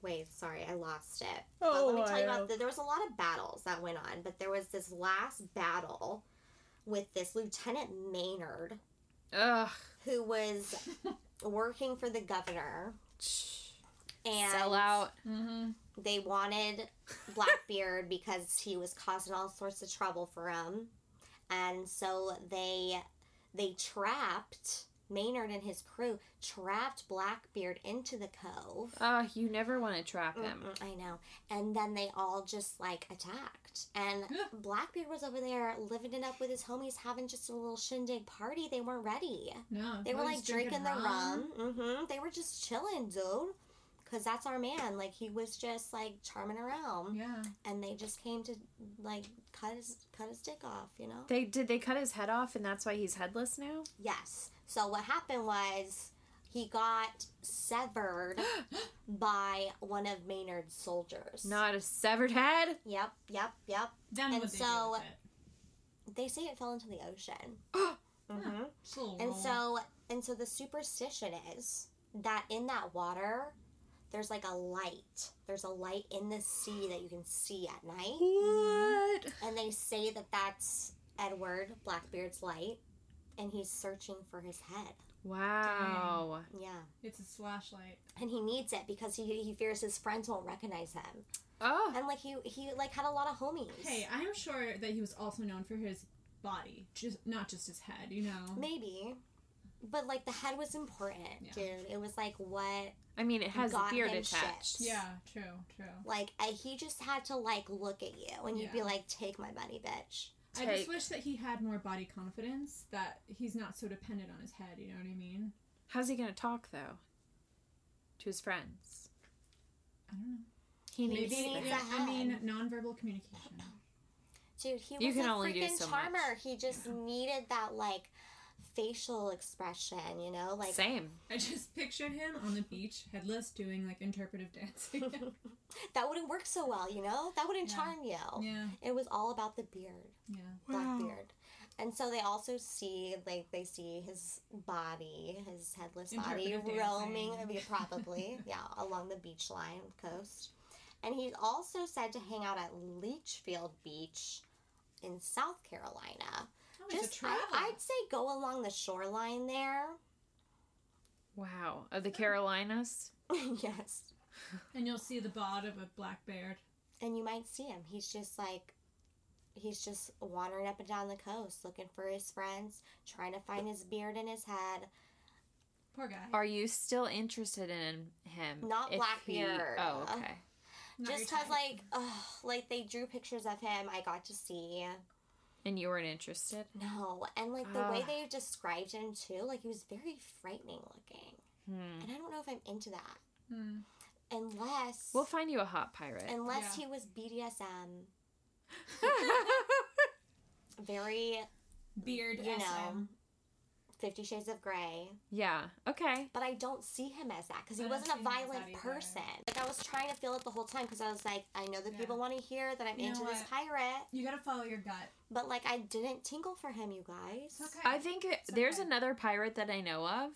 [SPEAKER 5] Wait, sorry, I lost it.
[SPEAKER 3] Oh,
[SPEAKER 5] but let me tell you
[SPEAKER 3] wow.
[SPEAKER 5] about the, there was a lot of battles that went on, but there was this last battle with this Lieutenant Maynard
[SPEAKER 3] Ugh.
[SPEAKER 5] who was working for the governor and
[SPEAKER 3] Sell out.
[SPEAKER 5] they wanted Blackbeard because he was causing all sorts of trouble for him, and so they they trapped Maynard and his crew trapped Blackbeard into the cove.
[SPEAKER 3] Ugh. You never want to trap him.
[SPEAKER 5] I know, and then they all just like attacked, and Blackbeard was over there living it up with his homies, having just a little shindig party. They weren't ready.
[SPEAKER 4] No.
[SPEAKER 5] They
[SPEAKER 4] he
[SPEAKER 5] were
[SPEAKER 4] was
[SPEAKER 5] like drinking, the rum. hmm They were just chilling, dude. Cause that's our man. Like he was just like charming around,
[SPEAKER 4] Yeah.
[SPEAKER 5] and they just came to like cut his cut his dick off. You know.
[SPEAKER 3] They did. They cut his head off, and that's why he's headless now.
[SPEAKER 5] Yes. So what happened was he got severed by one of Maynard's soldiers.
[SPEAKER 3] Not a severed head.
[SPEAKER 5] Yep. Yep. Yep.
[SPEAKER 4] Then
[SPEAKER 5] And
[SPEAKER 4] what they
[SPEAKER 5] so-
[SPEAKER 4] do with it.
[SPEAKER 5] They say it fell into the ocean. Mm-hmm.
[SPEAKER 4] Just a little
[SPEAKER 5] And
[SPEAKER 4] roll.
[SPEAKER 5] so and so the superstition is that in that water there's like a light. There's a light in the sea that you can see at night.
[SPEAKER 3] What?
[SPEAKER 5] And they say that that's Edward Blackbeard's light and he's searching for his head.
[SPEAKER 3] Wow.
[SPEAKER 5] Yeah.
[SPEAKER 4] it's a flashlight.
[SPEAKER 5] And he needs it because he, he fears his friends won't recognize him.
[SPEAKER 3] Oh.
[SPEAKER 5] And like he he like had a lot of homies.
[SPEAKER 4] Hey, I'm sure that he was also known for his body, just not just his head. You know.
[SPEAKER 5] Maybe. But like the head was important,
[SPEAKER 4] um. Yeah.
[SPEAKER 5] dude. It was like what
[SPEAKER 3] I mean, it has a
[SPEAKER 5] got
[SPEAKER 3] beard
[SPEAKER 5] him
[SPEAKER 3] attached.
[SPEAKER 5] shit.
[SPEAKER 4] Yeah. True. True.
[SPEAKER 5] Like I, he just had to like look at you, and you'd be
[SPEAKER 4] Yeah.
[SPEAKER 5] like, "Take my money, bitch."
[SPEAKER 4] I
[SPEAKER 3] Take.
[SPEAKER 4] just wish that he had more body confidence. That he's not so dependent on his head. You know what I mean?
[SPEAKER 3] How's he gonna talk though? To his friends.
[SPEAKER 4] I don't know.
[SPEAKER 3] He
[SPEAKER 5] Maybe
[SPEAKER 3] needs.
[SPEAKER 5] he
[SPEAKER 3] the
[SPEAKER 5] needs
[SPEAKER 3] head.
[SPEAKER 5] a-
[SPEAKER 4] Yeah, I mean, nonverbal communication.
[SPEAKER 5] Dude, he was
[SPEAKER 3] You can
[SPEAKER 5] a
[SPEAKER 3] only do
[SPEAKER 5] freaking
[SPEAKER 3] so much.
[SPEAKER 5] charmer. He just needed that like facial expression, you know, like
[SPEAKER 3] Same.
[SPEAKER 4] I just pictured him on the beach, headless, doing like interpretive dancing.
[SPEAKER 5] that wouldn't work so well, you know. That wouldn't charm you.
[SPEAKER 4] yeah.
[SPEAKER 5] It was all about the beard,
[SPEAKER 4] Yeah.
[SPEAKER 5] black beard, and so they also see like they see his body, his headless body
[SPEAKER 4] Interpretive
[SPEAKER 5] roaming,
[SPEAKER 4] dancing.
[SPEAKER 5] yeah, probably yeah, along the beach line coast, and he's also said to hang out at Leachfield Beach, in South Carolina.
[SPEAKER 4] Oh, he's
[SPEAKER 5] just I, I'd say go along the shoreline there.
[SPEAKER 3] Wow. Of the Carolinas.
[SPEAKER 5] yes,
[SPEAKER 4] and you'll see the bod of a black bear.
[SPEAKER 5] and you might see him. He's just like, he's just wandering up and down the coast looking for his friends, trying to find his beard in his head.
[SPEAKER 4] Poor guy.
[SPEAKER 3] Are you still interested in him?
[SPEAKER 5] Not
[SPEAKER 3] If he-
[SPEAKER 5] Blackbeard.
[SPEAKER 3] Oh, okay.
[SPEAKER 5] Just 'cause
[SPEAKER 4] Not
[SPEAKER 5] just
[SPEAKER 4] your
[SPEAKER 5] cause like, ugh, like they drew pictures of him. I got to see.
[SPEAKER 3] And you weren't interested.
[SPEAKER 5] No, and like the way
[SPEAKER 3] Ah.
[SPEAKER 5] they described him too, like he was very frightening looking,
[SPEAKER 4] Hmm.
[SPEAKER 5] and I don't know if I'm into that. Unless,
[SPEAKER 3] We'll find you a hot pirate.
[SPEAKER 5] unless
[SPEAKER 4] Yeah.
[SPEAKER 5] he was BDSM. very
[SPEAKER 4] beard,
[SPEAKER 5] you
[SPEAKER 4] SM.
[SPEAKER 5] know, Fifty Shades of Grey,
[SPEAKER 3] yeah. Okay.
[SPEAKER 5] but I don't see him as that because he
[SPEAKER 4] I don't
[SPEAKER 5] wasn't a
[SPEAKER 4] see him as that
[SPEAKER 5] violent
[SPEAKER 4] either.
[SPEAKER 5] person. Like I was trying to feel it the whole time because I was like, I know that
[SPEAKER 4] Yeah.
[SPEAKER 5] people want to hear that I'm
[SPEAKER 4] You
[SPEAKER 5] into
[SPEAKER 4] know
[SPEAKER 5] this
[SPEAKER 4] what?
[SPEAKER 5] pirate,
[SPEAKER 4] You gotta follow your gut.
[SPEAKER 5] but like I didn't tingle for him, you guys.
[SPEAKER 4] Okay.
[SPEAKER 3] I think it, there's
[SPEAKER 4] okay.
[SPEAKER 3] another pirate that I know of,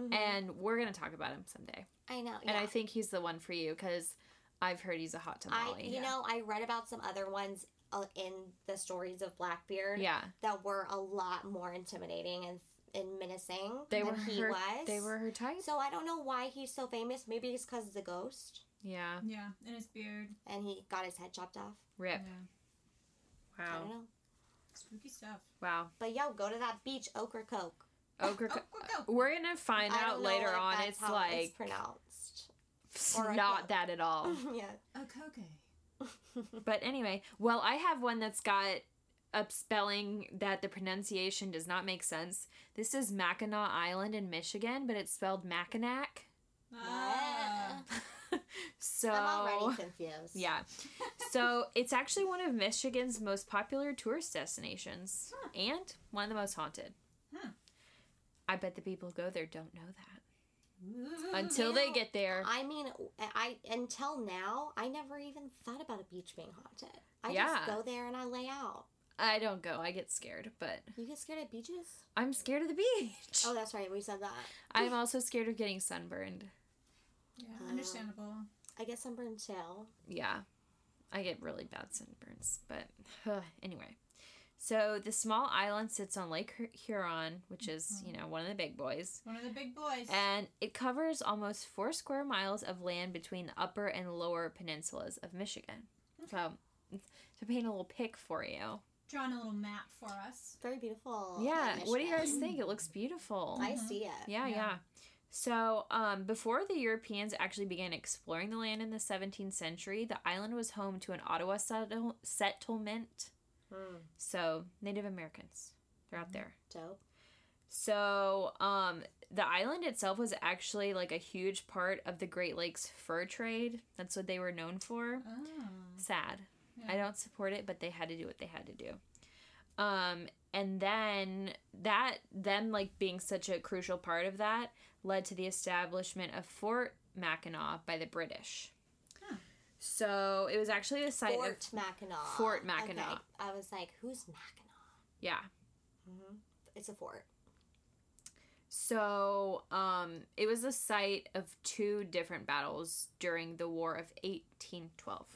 [SPEAKER 5] Mm-hmm.
[SPEAKER 3] and we're gonna talk about him someday.
[SPEAKER 5] I know,
[SPEAKER 3] And I think he's the one for you because I've heard he's a hot
[SPEAKER 5] I
[SPEAKER 3] tamale.
[SPEAKER 5] you know I read about some other ones uh, in the stories of Blackbeard,
[SPEAKER 3] Yeah.
[SPEAKER 5] that were a lot more intimidating and and menacing
[SPEAKER 3] they
[SPEAKER 5] than
[SPEAKER 3] were
[SPEAKER 5] he
[SPEAKER 3] her.
[SPEAKER 5] was.
[SPEAKER 3] They were her type.
[SPEAKER 5] So I don't know why he's so famous. Maybe it's because of the ghost,
[SPEAKER 3] yeah.
[SPEAKER 4] Yeah, and his beard.
[SPEAKER 5] and he got his head chopped off.
[SPEAKER 3] Rip.
[SPEAKER 4] Yeah.
[SPEAKER 5] I don't
[SPEAKER 3] Wow.
[SPEAKER 5] know.
[SPEAKER 4] Spooky stuff.
[SPEAKER 3] Wow.
[SPEAKER 5] But yo, go to that beach, Okra Coke.
[SPEAKER 3] Ogre.
[SPEAKER 4] Oh, go, go.
[SPEAKER 3] We're gonna find
[SPEAKER 5] I
[SPEAKER 3] out
[SPEAKER 5] don't know
[SPEAKER 3] later
[SPEAKER 5] if
[SPEAKER 3] on.
[SPEAKER 5] that's
[SPEAKER 3] It's
[SPEAKER 5] how
[SPEAKER 3] like
[SPEAKER 5] pronounced.
[SPEAKER 3] it's
[SPEAKER 5] or a
[SPEAKER 3] not
[SPEAKER 5] coke.
[SPEAKER 3] that at all.
[SPEAKER 4] Oh,
[SPEAKER 5] yeah.
[SPEAKER 4] Okoke.
[SPEAKER 3] But anyway, well, I have one that's got a spelling that the pronunciation does not make sense. This is Mackinac Island in Michigan, but it's spelled Mackinac.
[SPEAKER 4] Ah.
[SPEAKER 3] So
[SPEAKER 5] I'm already confused.
[SPEAKER 3] Oh. yeah. So it's actually one of Michigan's most popular tourist destinations and one of the most haunted.
[SPEAKER 4] Huh.
[SPEAKER 3] I bet the people who go there don't know that
[SPEAKER 4] Ooh.
[SPEAKER 3] until they
[SPEAKER 5] know,
[SPEAKER 3] get there.
[SPEAKER 5] I mean, I until now, I never even thought about a beach being haunted. I
[SPEAKER 3] Yeah.
[SPEAKER 5] just go there and I lay out.
[SPEAKER 3] I don't go. I get scared, but
[SPEAKER 5] You get scared at beaches?
[SPEAKER 3] I'm scared of the beach.
[SPEAKER 5] Oh, that's right. We said that.
[SPEAKER 3] I'm also scared of getting sunburned.
[SPEAKER 4] Yeah, understandable.
[SPEAKER 5] I guess I'm burned too.
[SPEAKER 3] Yeah. I get really bad sunburns, but anyway. So the small island sits on Lake Hur- Huron, which is, you know, one of the big boys.
[SPEAKER 4] One of the big boys.
[SPEAKER 5] Eh.
[SPEAKER 3] and it covers almost four square miles of land between the upper and lower peninsulas of Michigan. So, to paint a little pic for you.
[SPEAKER 4] Drawing a little map for us.
[SPEAKER 5] Very beautiful.
[SPEAKER 3] Yeah,
[SPEAKER 5] in
[SPEAKER 3] what do you guys
[SPEAKER 5] Michigan.
[SPEAKER 3] think? It looks beautiful.
[SPEAKER 5] I see it.
[SPEAKER 3] Yeah, yeah. So, um, before the Europeans actually began exploring the land in the 17th century, the island was home to an Ottawa settle- settlement.
[SPEAKER 5] Hmm.
[SPEAKER 3] So, Native Americans, they're out there.
[SPEAKER 5] Dope.
[SPEAKER 3] So, um, the island itself was actually like a huge part of the Great Lakes fur trade. That's what they were known for.
[SPEAKER 4] Oh.
[SPEAKER 3] Sad. I don't support it, but they had to do what they had to do. Um, and then that them like being such a crucial part of that led to the establishment of Fort Mackinac by the British. So it was actually the site
[SPEAKER 5] Fort
[SPEAKER 3] of
[SPEAKER 5] Mackinac.
[SPEAKER 3] Fort Mackinac.
[SPEAKER 5] Okay. I was like, who's Mackinac?
[SPEAKER 3] yeah.
[SPEAKER 5] It's a fort.
[SPEAKER 3] So, um, it was the site of two different battles during the War of 1812.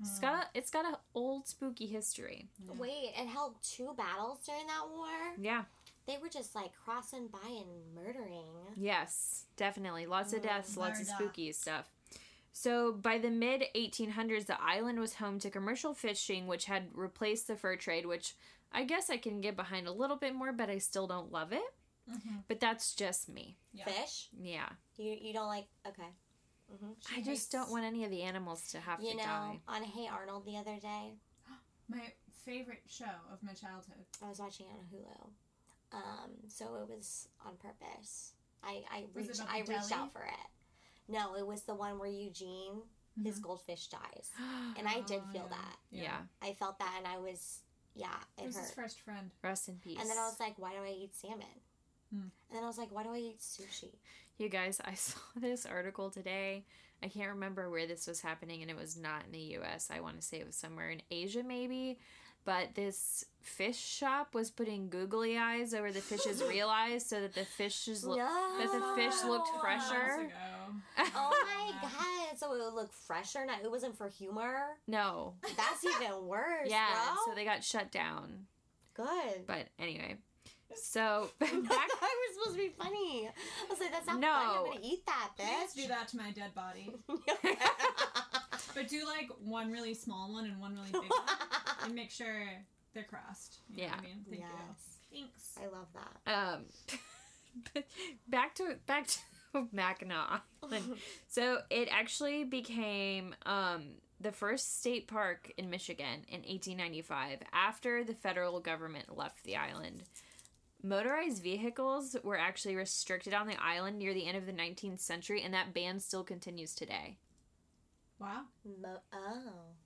[SPEAKER 3] It's got a, it's got an old spooky history.
[SPEAKER 5] Wait, it held two battles during that war?
[SPEAKER 3] Yeah.
[SPEAKER 5] They were just like crossing by and murdering.
[SPEAKER 3] Yes, definitely. Lots of deaths, lots of
[SPEAKER 4] murder.
[SPEAKER 3] spooky stuff. So, by the mid 1800s, the island was home to commercial fishing, which had replaced the fur trade, which I guess I can get behind a little bit more, but I still don't love it.
[SPEAKER 5] Mm-hmm.
[SPEAKER 3] But that's just me.
[SPEAKER 4] Yeah.
[SPEAKER 5] Fish?
[SPEAKER 3] Yeah.
[SPEAKER 5] You you don't like okay. Mhm. She
[SPEAKER 3] I just
[SPEAKER 5] hates-
[SPEAKER 3] don't want any of the animals to have
[SPEAKER 5] You
[SPEAKER 3] to
[SPEAKER 5] know,
[SPEAKER 3] die.
[SPEAKER 5] on Hey Arnold the other day,
[SPEAKER 4] My favorite show of my childhood.
[SPEAKER 5] I was watching it on Hulu. Um, so it was on purpose. I I
[SPEAKER 4] Was it
[SPEAKER 5] reached
[SPEAKER 4] about
[SPEAKER 5] I
[SPEAKER 4] the
[SPEAKER 5] reached
[SPEAKER 4] deli?
[SPEAKER 5] out for it. No, it was the one where Eugene his goldfish dies, and I did feel that.
[SPEAKER 3] Mm-hmm. Oh, Yeah.
[SPEAKER 5] I felt that, and I was yeah, it
[SPEAKER 4] Um, It was his
[SPEAKER 5] hurt.
[SPEAKER 4] first friend.
[SPEAKER 3] Rest in peace.
[SPEAKER 5] And then I was like, why do I eat salmon?
[SPEAKER 3] Hmm.
[SPEAKER 5] And then I was like, why do I eat sushi?
[SPEAKER 3] You guys, I saw this article today. I can't remember where this was happening, and it was not in the US. I want to say it was somewhere in Asia, maybe. But this fish shop was putting googly eyes over the fish's real eyes so that the fishes look that the fish looked
[SPEAKER 4] Years
[SPEAKER 3] fresher.
[SPEAKER 4] ago.
[SPEAKER 5] Oh my god! So it would look fresher. Not it wasn't for humor.
[SPEAKER 3] No.
[SPEAKER 5] That's even worse.
[SPEAKER 3] Yeah.
[SPEAKER 5] bro.
[SPEAKER 3] So they got shut down.
[SPEAKER 5] good.
[SPEAKER 3] But anyway. So back
[SPEAKER 5] I was supposed to be funny. I was like, that's not
[SPEAKER 3] No.
[SPEAKER 5] funny. I'm gonna eat that,
[SPEAKER 4] Let's do
[SPEAKER 5] bitch.
[SPEAKER 4] that to my dead body. but do like one really small one and one really big one, and make sure they're crossed. You know what
[SPEAKER 3] Yeah.
[SPEAKER 4] I mean, thank
[SPEAKER 5] Yes.
[SPEAKER 4] you. Thanks.
[SPEAKER 5] I love that.
[SPEAKER 3] um back to back to Mackinac Island. so it actually became um the first state park in Michigan in 1895 after the federal government left the island. Motorized vehicles were actually restricted on the island near the end of the 19th century and that ban still continues today.
[SPEAKER 4] Wow.
[SPEAKER 5] Mo- oh,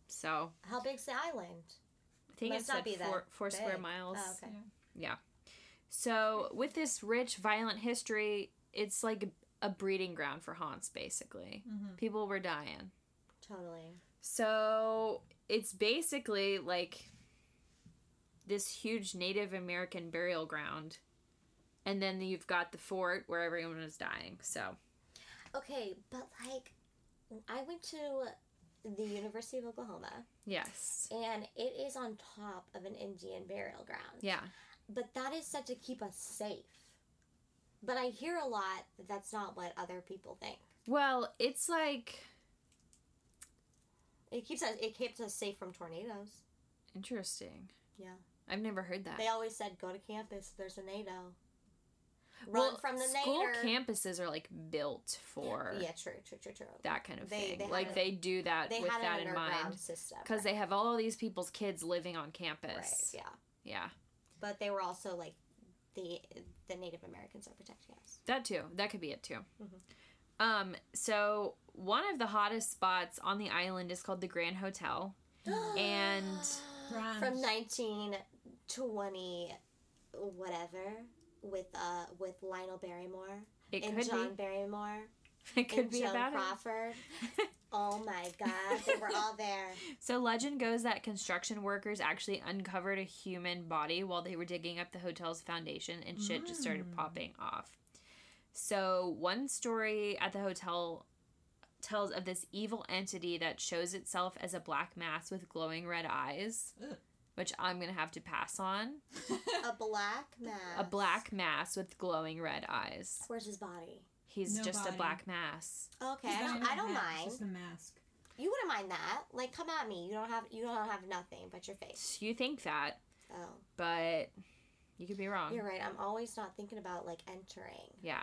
[SPEAKER 3] So,
[SPEAKER 5] how big's the island?
[SPEAKER 3] I think
[SPEAKER 5] Must
[SPEAKER 3] it's
[SPEAKER 5] not
[SPEAKER 3] like
[SPEAKER 5] be that
[SPEAKER 3] four, four square
[SPEAKER 5] big.
[SPEAKER 3] miles.
[SPEAKER 5] Oh, okay.
[SPEAKER 4] Yeah.
[SPEAKER 3] Yeah. So with this rich, violent history, it's like a breeding ground for haunts, basically. People were dying.
[SPEAKER 5] Totally.
[SPEAKER 3] So it's basically like this huge Native American burial ground. And then you've got the fort where everyone was dying. So
[SPEAKER 5] Okay, but like, I went to the University of Oklahoma,
[SPEAKER 3] yes.
[SPEAKER 5] and it is on top of an Indian burial ground.
[SPEAKER 3] Yeah.
[SPEAKER 5] But that is said to keep us safe. But I hear a lot that that's not what other people think.
[SPEAKER 3] Well, it's like
[SPEAKER 5] It keeps us. It keeps us safe from tornadoes.
[SPEAKER 3] interesting.
[SPEAKER 5] Yeah.
[SPEAKER 3] I've never heard that.
[SPEAKER 5] They always said go to campus. There's a NATO. run from the
[SPEAKER 3] school
[SPEAKER 5] nader.
[SPEAKER 3] campuses are like built for
[SPEAKER 5] Yeah, true, true, true, true.
[SPEAKER 3] that kind of
[SPEAKER 5] They-
[SPEAKER 3] thing.
[SPEAKER 5] they had
[SPEAKER 3] like
[SPEAKER 5] it-
[SPEAKER 3] they do that
[SPEAKER 5] they
[SPEAKER 3] with
[SPEAKER 5] had
[SPEAKER 3] that
[SPEAKER 5] an
[SPEAKER 3] in
[SPEAKER 5] underground
[SPEAKER 3] mind
[SPEAKER 5] system
[SPEAKER 3] because
[SPEAKER 5] right,
[SPEAKER 3] they have all of these people's kids living on
[SPEAKER 5] right,
[SPEAKER 3] campus.
[SPEAKER 5] yeah,
[SPEAKER 3] yeah.
[SPEAKER 5] but they were also like the the Native Americans are protecting us.
[SPEAKER 3] That too. That could be it too.
[SPEAKER 5] Mm-hmm.
[SPEAKER 3] Um, so one of the hottest spots on the island is called the Grand Hotel. and
[SPEAKER 4] Brunch.
[SPEAKER 5] from 1920 whatever with uh with Lionel Barrymore
[SPEAKER 3] It
[SPEAKER 5] and
[SPEAKER 3] could
[SPEAKER 5] John
[SPEAKER 3] be.
[SPEAKER 5] Barrymore
[SPEAKER 3] it could
[SPEAKER 5] and
[SPEAKER 3] be
[SPEAKER 5] Joan
[SPEAKER 3] about it.
[SPEAKER 5] Crawford. oh my god, they were all there.
[SPEAKER 3] So legend goes that construction workers actually uncovered a human body while they were digging up the hotel's foundation and shit just
[SPEAKER 4] Mm.
[SPEAKER 3] started popping off. So one story at the hotel tells of this evil entity that shows itself as a black mass with glowing red eyes,
[SPEAKER 4] Ugh.
[SPEAKER 3] which I'm going to have to pass on.
[SPEAKER 5] A black man.
[SPEAKER 3] a black mass with glowing red eyes.
[SPEAKER 5] Where's his body?
[SPEAKER 3] He's
[SPEAKER 4] No
[SPEAKER 3] just a
[SPEAKER 4] body.
[SPEAKER 3] black mass.
[SPEAKER 5] Okay,
[SPEAKER 4] It's
[SPEAKER 5] I
[SPEAKER 4] not
[SPEAKER 5] don't,
[SPEAKER 4] even
[SPEAKER 5] I
[SPEAKER 4] a
[SPEAKER 5] don't
[SPEAKER 4] hat, It's just
[SPEAKER 5] mind.
[SPEAKER 4] a mask.
[SPEAKER 5] You wouldn't mind that. Like, come at me. You don't have you don't have nothing but your face.
[SPEAKER 3] You think that,
[SPEAKER 5] Oh,
[SPEAKER 3] but you could be wrong.
[SPEAKER 5] you're right. I'm always not thinking about like entering.
[SPEAKER 3] Yeah.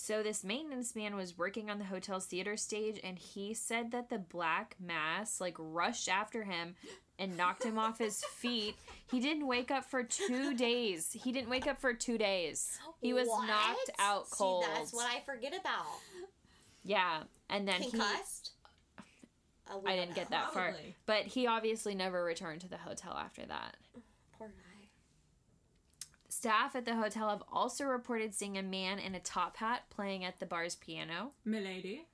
[SPEAKER 3] So this maintenance man was working on the hotel's theater stage and he said that the black mass like rushed after him and knocked him off his feet. He didn't wake up for 2 days. He didn't wake up for 2 days. He was
[SPEAKER 5] What?
[SPEAKER 3] knocked out cold.
[SPEAKER 5] See, that's what I forget about.
[SPEAKER 3] yeah. And then he
[SPEAKER 5] Concussed. Oh, we
[SPEAKER 3] I
[SPEAKER 5] don't
[SPEAKER 3] didn't get
[SPEAKER 5] know.
[SPEAKER 3] that far.
[SPEAKER 4] Probably.
[SPEAKER 3] But he obviously never returned to the hotel after that.
[SPEAKER 5] Poor guy.
[SPEAKER 3] Staff at the hotel have also reported seeing a man in a top hat playing at the bar's piano.
[SPEAKER 4] Milady.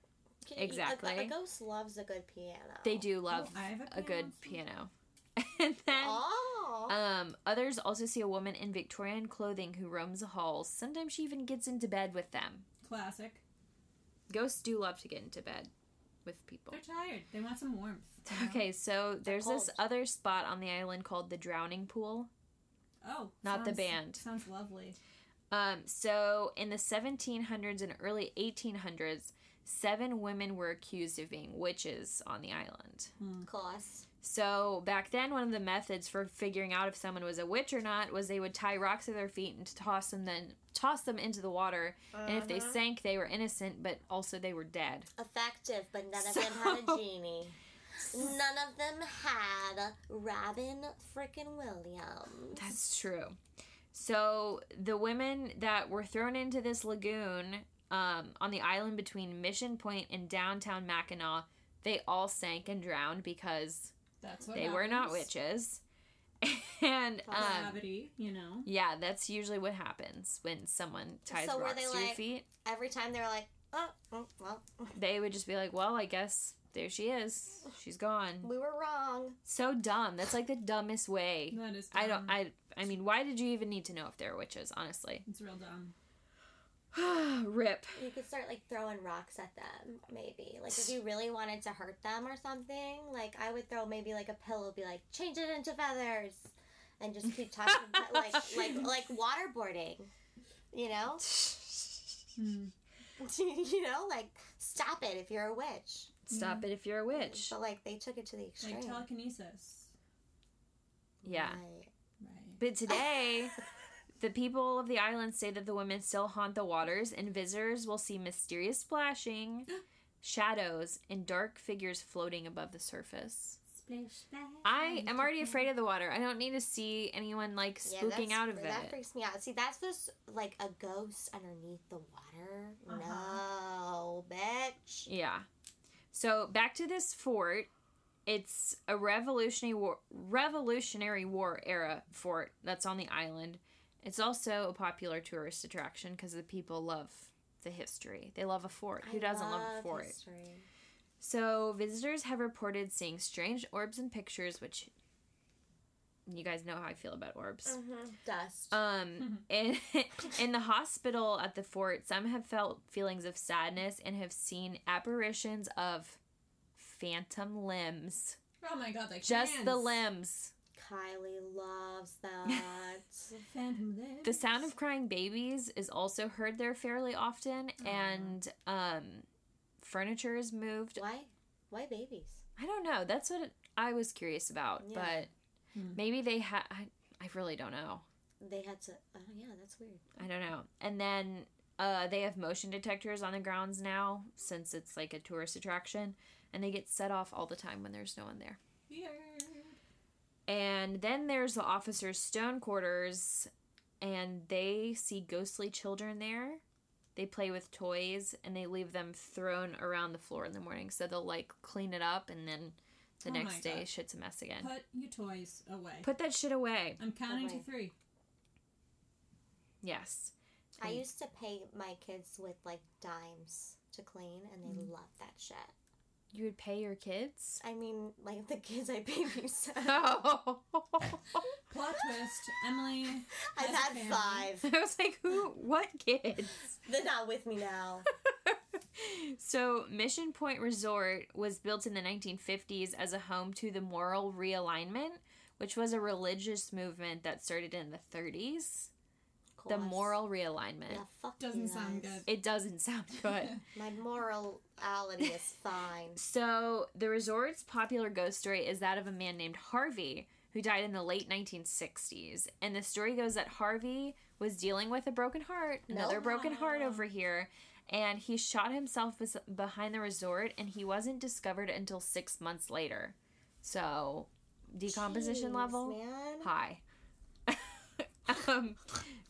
[SPEAKER 5] Can you- a-
[SPEAKER 3] Exactly.
[SPEAKER 5] A, ghost loves a good piano.
[SPEAKER 3] They do love
[SPEAKER 4] Oh, I have a
[SPEAKER 3] a, good piano. and then
[SPEAKER 5] Oh.
[SPEAKER 3] um, others also see a woman in Victorian clothing who roams the halls. Sometimes she even gets into bed with them.
[SPEAKER 4] Classic.
[SPEAKER 3] Ghosts do love to get into bed with people.
[SPEAKER 4] They're tired. They want some warmth.
[SPEAKER 3] Okay, so there's this
[SPEAKER 5] cold.
[SPEAKER 3] other spot on the island called the Drowning Pool.
[SPEAKER 4] Oh.
[SPEAKER 3] Not the
[SPEAKER 4] sounds-
[SPEAKER 3] band.
[SPEAKER 4] Sounds lovely.
[SPEAKER 3] Um, so in the 1700s and early 1800s, seven women were accused of being witches on the island.
[SPEAKER 5] Class.
[SPEAKER 3] So back then, one of the methods for figuring out if someone was a witch or not was they would tie rocks to their feet and toss them then toss them into the water. And if they
[SPEAKER 4] Uh-huh.
[SPEAKER 3] sank, they were innocent, but also they were dead.
[SPEAKER 5] Effective, but none of them had a genie. None of them had Robin frickin' Williams.
[SPEAKER 3] That's true. So the women that were thrown into this lagoon um, on the island between Mission Point and downtown Mackinac, they all sank and drowned because
[SPEAKER 4] That's what
[SPEAKER 3] they were not
[SPEAKER 4] happens.
[SPEAKER 3] witches. and um,
[SPEAKER 4] Gravity, you know.
[SPEAKER 3] yeah, that's usually what happens when someone ties
[SPEAKER 5] So were
[SPEAKER 3] rocks
[SPEAKER 5] they
[SPEAKER 3] to your
[SPEAKER 5] like-
[SPEAKER 3] feet.
[SPEAKER 5] Every time they were like, oh, mm, well,
[SPEAKER 3] They would just be like, "Well, I guess there she is. She's gone."
[SPEAKER 5] we were wrong.
[SPEAKER 3] So dumb. That's like the dumbest way.
[SPEAKER 4] That is. Dumb.
[SPEAKER 3] I don't. I. I mean, why did you even need to know if they're witches? Honestly,
[SPEAKER 4] It's real dumb.
[SPEAKER 3] rip.
[SPEAKER 5] You could start like throwing rocks at them, maybe. Like if you really wanted to hurt them or something, like I would throw maybe like a pillow, be like, change it into feathers, and just keep tossing like like like waterboarding, you know. you know, like stop it if you're a witch.
[SPEAKER 3] Stop it if you're a witch.
[SPEAKER 5] But like they took it to the
[SPEAKER 4] Like
[SPEAKER 5] extreme.
[SPEAKER 4] telekinesis.
[SPEAKER 3] Yeah.
[SPEAKER 5] Right.
[SPEAKER 4] Right.
[SPEAKER 3] But today, the people of the island say that the women still haunt the waters, and visitors will see mysterious splashing, shadows, and dark figures floating above the surface.
[SPEAKER 4] Splash, splash.
[SPEAKER 3] I am already afraid of the water. I don't need to see anyone like
[SPEAKER 5] Yeah,
[SPEAKER 3] spooking
[SPEAKER 5] that's-
[SPEAKER 3] out of
[SPEAKER 5] That
[SPEAKER 3] it.
[SPEAKER 5] freaks me out. See, that's just like a ghost underneath the water. No, bitch.
[SPEAKER 3] Yeah. So back to this fort. It's a revolutionary war, Revolutionary War era fort that's on the island. It's also a popular tourist attraction because the people love the history. They love a fort. Who
[SPEAKER 5] I
[SPEAKER 3] doesn't love, a fort?
[SPEAKER 5] history.
[SPEAKER 3] So visitors have reported seeing strange orbs and pictures, which you guys know how I feel about orbs.
[SPEAKER 5] Mm-hmm. Dust.
[SPEAKER 3] Um, in, in the hospital at the fort, some have felt feelings of sadness and have seen apparitions of phantom limbs.
[SPEAKER 4] Oh my god, like
[SPEAKER 3] Just the
[SPEAKER 4] hands.
[SPEAKER 3] limbs.
[SPEAKER 5] Kylie loves that.
[SPEAKER 4] Phantom lips.
[SPEAKER 3] The sound of crying babies is also heard there fairly often, and um, furniture is moved.
[SPEAKER 5] Why? Why babies?
[SPEAKER 3] I don't know. That's what I was curious about,
[SPEAKER 5] Yeah.
[SPEAKER 3] but maybe they had. I, I really don't know.
[SPEAKER 5] they had to. Oh yeah, that's weird.
[SPEAKER 3] I don't know. And then uh, they have motion detectors on the grounds now since it's like a tourist attraction, and they get set off all the time when there's no one there. And then there's the officers' stone quarters, and they see ghostly children there. They play with toys and they leave them thrown around the floor in the morning. So they'll like clean it up, and then the
[SPEAKER 4] Oh my
[SPEAKER 3] next day
[SPEAKER 4] God.
[SPEAKER 3] shit's a mess again. Put,
[SPEAKER 4] Put your toys away.
[SPEAKER 3] that shit away.
[SPEAKER 4] I'm counting to
[SPEAKER 5] Away.
[SPEAKER 4] three.
[SPEAKER 3] Yes.
[SPEAKER 5] I used to pay my kids with like dimes to clean, and
[SPEAKER 3] Mm-hmm.
[SPEAKER 5] they love that shit.
[SPEAKER 3] You would pay your kids?
[SPEAKER 5] I mean, like the kids I babysat.
[SPEAKER 3] Oh.
[SPEAKER 4] Plot twist. Emily.
[SPEAKER 5] I've
[SPEAKER 4] As a
[SPEAKER 5] had
[SPEAKER 4] family.
[SPEAKER 5] five.
[SPEAKER 3] I was like, who? What kids?
[SPEAKER 5] They're not with me now.
[SPEAKER 3] So, Mission Point Resort was built in the 1950s as a home to the Moral Realignment, which was a religious movement that started in the 30s. The moral realignment.
[SPEAKER 5] Yeah, fuck you
[SPEAKER 4] Doesn't sound
[SPEAKER 5] guys.
[SPEAKER 4] good.
[SPEAKER 3] It doesn't sound good.
[SPEAKER 5] My morality is fine.
[SPEAKER 3] so, the resort's popular ghost story is that of a man named Harvey who died in the late 1960s. And the story goes that Harvey was dealing with a broken heart, another broken heart over here, and he shot himself bes- behind the resort and he wasn't discovered until 6 months later. So, decomposition
[SPEAKER 5] Jeez,
[SPEAKER 3] level
[SPEAKER 5] man.
[SPEAKER 3] high. um,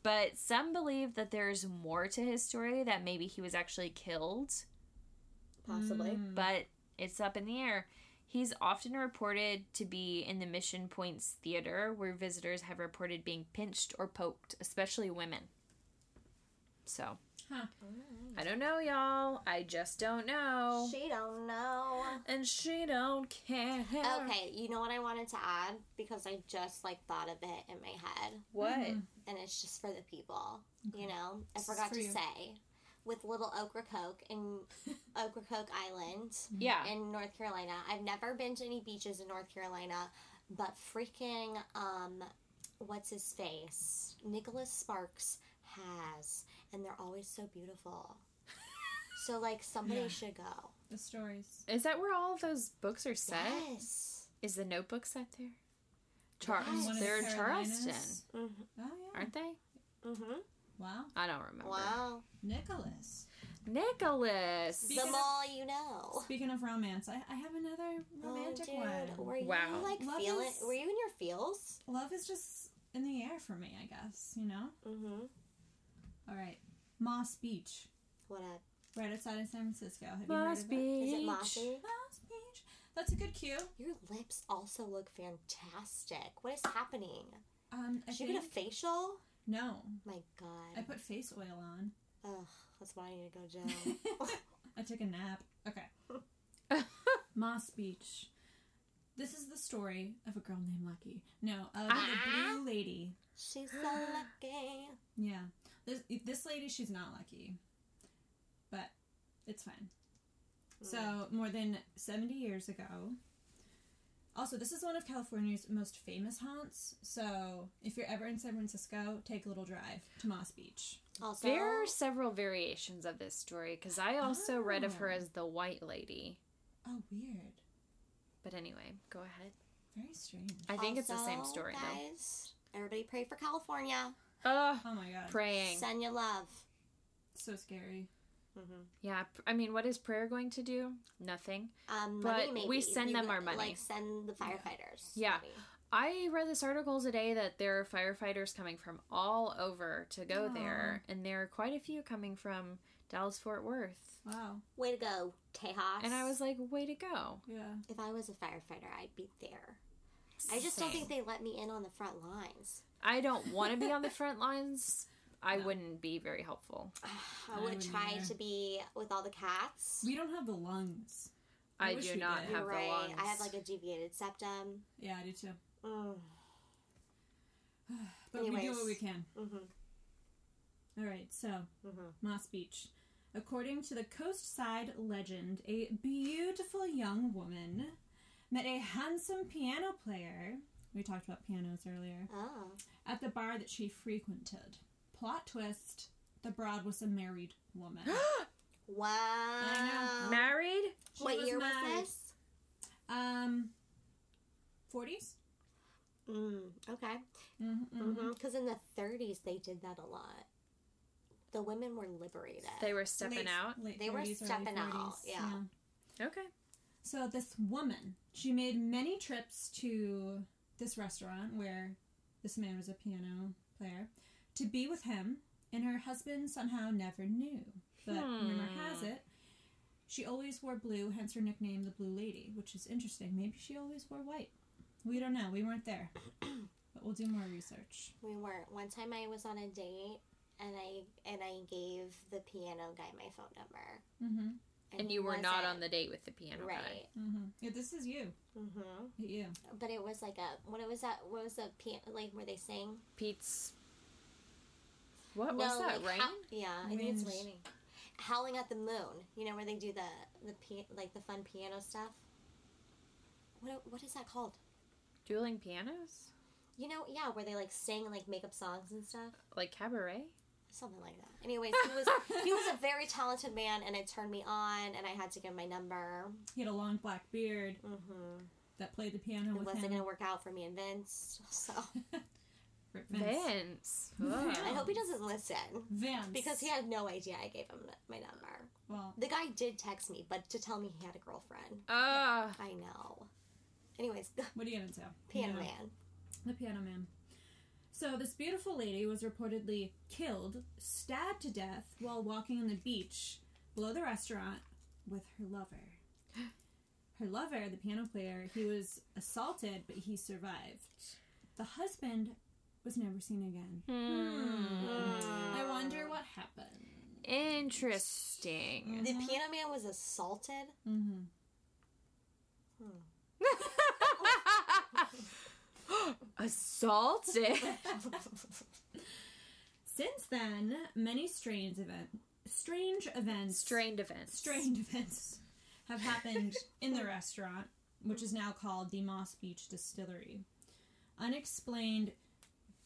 [SPEAKER 3] but some believe that there's more to his story that maybe he was actually killed
[SPEAKER 5] Possibly.
[SPEAKER 3] but it's up in the air. He's often reported to be in the Mission Points Theater, where visitors have reported being pinched or poked, especially women. So,
[SPEAKER 4] Huh.
[SPEAKER 3] I don't know, y'all. I just don't know.
[SPEAKER 5] She don't know.
[SPEAKER 3] and she don't care.
[SPEAKER 5] Okay, you know what I wanted to add because I just like thought of it in my head,
[SPEAKER 3] What?
[SPEAKER 5] and it's just for the people. You know, I forgot
[SPEAKER 4] for
[SPEAKER 5] to
[SPEAKER 4] you.
[SPEAKER 5] say, with Little Ocracoke in Ocracoke Island
[SPEAKER 4] Mm-hmm.
[SPEAKER 3] Yeah.
[SPEAKER 5] in North Carolina. I've never been to any beaches in North Carolina, but freaking um, what's his face? Nicholas Sparks has, and they're always so beautiful. so like somebody should go.
[SPEAKER 4] The stories.
[SPEAKER 3] Is that where all of those books are set?
[SPEAKER 5] Yes.
[SPEAKER 3] Is the notebook set there? Charles.
[SPEAKER 4] One of the
[SPEAKER 3] They're in
[SPEAKER 4] Carolinas.
[SPEAKER 3] Charleston,
[SPEAKER 5] Mm-hmm.
[SPEAKER 4] Oh, yeah.
[SPEAKER 3] aren't they?
[SPEAKER 5] Mhm.
[SPEAKER 4] Wow.
[SPEAKER 3] I don't remember.
[SPEAKER 5] Wow.
[SPEAKER 4] Nicholas.
[SPEAKER 3] Nicholas.
[SPEAKER 5] The
[SPEAKER 4] Speaking of-
[SPEAKER 5] more you know.
[SPEAKER 4] Speaking of romance, I, I have another romantic
[SPEAKER 5] oh, dude,
[SPEAKER 4] one.
[SPEAKER 5] were you
[SPEAKER 3] Wow.
[SPEAKER 5] like
[SPEAKER 4] Love
[SPEAKER 5] feeling?
[SPEAKER 4] is-
[SPEAKER 5] Were you in your feels?
[SPEAKER 4] Love is just in the air for me, I guess, you know?
[SPEAKER 5] Mm-hmm.
[SPEAKER 4] All right. Moss Beach,
[SPEAKER 5] What up?
[SPEAKER 4] right outside of San Francisco. Have
[SPEAKER 3] Must
[SPEAKER 4] you heard of it?
[SPEAKER 5] Is it
[SPEAKER 3] be.
[SPEAKER 5] mossy?
[SPEAKER 4] Moss Beach. That's a good cue.
[SPEAKER 5] Your lips also look fantastic. What is happening?
[SPEAKER 4] Um, I
[SPEAKER 5] Did you
[SPEAKER 4] think-
[SPEAKER 5] get a facial?
[SPEAKER 4] No.
[SPEAKER 5] My
[SPEAKER 4] I
[SPEAKER 5] God.
[SPEAKER 4] put face oil on.
[SPEAKER 5] Ugh, that's why I need to go do.
[SPEAKER 4] I took a nap. Okay. Moss Beach. This is the story of a girl named Lucky. No, of the
[SPEAKER 5] Ah.
[SPEAKER 4] blue lady.
[SPEAKER 5] She's so lucky.
[SPEAKER 4] Yeah. This this lady, she's not lucky. But it's fine. So, more than 70 years ago. Also, this is one of California's most famous haunts. So, if you're ever in San Francisco, take a little drive to Moss Beach.
[SPEAKER 5] Also,
[SPEAKER 3] There are several variations of this story because I also read of her
[SPEAKER 5] Ah.
[SPEAKER 3] as the White Lady.
[SPEAKER 4] Oh, weird.
[SPEAKER 3] But anyway, go ahead.
[SPEAKER 4] Very strange.
[SPEAKER 3] I think it's the same
[SPEAKER 5] also,
[SPEAKER 3] story
[SPEAKER 5] guys. Everybody pray for California.
[SPEAKER 3] though. Ugh,
[SPEAKER 4] Oh my god.
[SPEAKER 3] praying.
[SPEAKER 5] Send your love.
[SPEAKER 4] so scary.
[SPEAKER 3] Yeah, pr- I mean, what is prayer going to do? Nothing.
[SPEAKER 5] Um,
[SPEAKER 3] But
[SPEAKER 5] money, maybe.
[SPEAKER 3] we send
[SPEAKER 5] You
[SPEAKER 3] them
[SPEAKER 5] could,
[SPEAKER 3] our money.
[SPEAKER 5] Like send the firefighters.
[SPEAKER 3] Yeah.
[SPEAKER 5] money.
[SPEAKER 3] I read this article today that there are firefighters coming from all over to go there, and there are quite a few coming from Dallas Fort Worth.
[SPEAKER 4] Wow.
[SPEAKER 5] Way to go, Tejas.
[SPEAKER 3] And I was like, way to go.
[SPEAKER 4] Yeah.
[SPEAKER 5] if I was a firefighter, I'd be there. I just don't think they let me in on the front lines.
[SPEAKER 3] I don't want to be on the front lines. I wouldn't be very helpful.
[SPEAKER 5] I would
[SPEAKER 4] wouldn't
[SPEAKER 5] try
[SPEAKER 4] either.
[SPEAKER 5] to be with all the cats.
[SPEAKER 4] We don't have the lungs. I
[SPEAKER 3] I,
[SPEAKER 4] wish
[SPEAKER 3] do
[SPEAKER 4] we
[SPEAKER 3] not
[SPEAKER 4] did.
[SPEAKER 3] have the
[SPEAKER 5] right.
[SPEAKER 3] lungs.
[SPEAKER 5] I have like a deviated septum.
[SPEAKER 4] Yeah, I do too.
[SPEAKER 5] Mm.
[SPEAKER 4] But we do
[SPEAKER 5] Anyways. Mm-hmm.
[SPEAKER 4] what we can.
[SPEAKER 5] Mhm.
[SPEAKER 4] All right, so
[SPEAKER 5] Mhm.
[SPEAKER 4] Moss Beach. According to the coast side legend, a beautiful young woman met a handsome piano player. We talked about pianos earlier.
[SPEAKER 5] Oh.
[SPEAKER 4] At the bar that she frequented. Plot twist the broad was a married woman.
[SPEAKER 5] Wow.
[SPEAKER 4] I
[SPEAKER 3] Married?
[SPEAKER 4] She um,
[SPEAKER 5] What year
[SPEAKER 4] married.
[SPEAKER 5] was this?
[SPEAKER 4] Um, 40s?
[SPEAKER 5] Mm, okay.
[SPEAKER 4] Mm-hmm.
[SPEAKER 5] Because in the 30s, they did that a lot. The women were liberated.
[SPEAKER 3] They were stepping out.
[SPEAKER 5] They were stepping out, yeah.
[SPEAKER 3] Okay.
[SPEAKER 4] So this woman, she made many trips to this restaurant where this man was a piano player to be with him, and her husband somehow never knew. But rumor has it, she always wore blue, hence her nickname, the Blue Lady, which is interesting. Maybe she always wore white. We don't know. We weren't there, but we'll do more research.
[SPEAKER 5] We weren't. One time I was on a date and I and I gave the piano guy my phone number.
[SPEAKER 4] Mm-hmm.
[SPEAKER 3] And you were not on
[SPEAKER 5] wasn't-
[SPEAKER 3] the date with the piano guy.
[SPEAKER 5] right.
[SPEAKER 4] Mm-hmm. Yeah, this is you.
[SPEAKER 5] hmm
[SPEAKER 4] You.
[SPEAKER 5] But it was like a what was that? What was the piano? Like where they sang?
[SPEAKER 3] Pete's. What Oh, was that?
[SPEAKER 5] like,
[SPEAKER 3] Rain?
[SPEAKER 5] how- yeah, I think it's
[SPEAKER 4] Rains.
[SPEAKER 5] raining. Howling at the moon. You know where they do the the pi- like the fun piano stuff. What what is that called?
[SPEAKER 3] Dueling pianos?
[SPEAKER 5] You know, yeah, where they like sing and like make up songs and stuff.
[SPEAKER 3] Like cabaret?
[SPEAKER 5] Something like that. Anyways, he was he was a very talented man, and it turned me on, and I had to give my number.
[SPEAKER 4] He had a long black beard
[SPEAKER 5] Mm-hmm.
[SPEAKER 4] that played the piano
[SPEAKER 5] It
[SPEAKER 4] with
[SPEAKER 5] wasn't
[SPEAKER 4] him.
[SPEAKER 5] gonna work out for me and Vince, so
[SPEAKER 4] Rip Vince.
[SPEAKER 3] Vince.
[SPEAKER 5] I
[SPEAKER 3] Whoa.
[SPEAKER 5] hope he doesn't listen
[SPEAKER 4] Vince.
[SPEAKER 5] because he had no idea I gave him my number.
[SPEAKER 4] Well,
[SPEAKER 5] The guy did text me, but to tell me he had a girlfriend.
[SPEAKER 3] Ah.
[SPEAKER 5] I know. Anyways,
[SPEAKER 4] what are you gonna do?
[SPEAKER 5] Piano
[SPEAKER 4] Yeah.
[SPEAKER 5] Man.
[SPEAKER 4] The piano man. So this beautiful lady was reportedly killed, stabbed to death while walking on the beach below the restaurant with her lover. Her lover, the piano player, he was assaulted, but he survived. The husband was never seen again. Hmm. I wonder what happened.
[SPEAKER 3] Interesting.
[SPEAKER 5] The
[SPEAKER 4] Uh-huh.
[SPEAKER 5] Piano Man was assaulted.
[SPEAKER 4] Mm-hmm.
[SPEAKER 3] Assaulted?
[SPEAKER 4] Since then, many strange event, strange events,
[SPEAKER 3] Strained events.
[SPEAKER 4] strange events have happened in the restaurant, which is now called the Moss Beach Distillery. Unexplained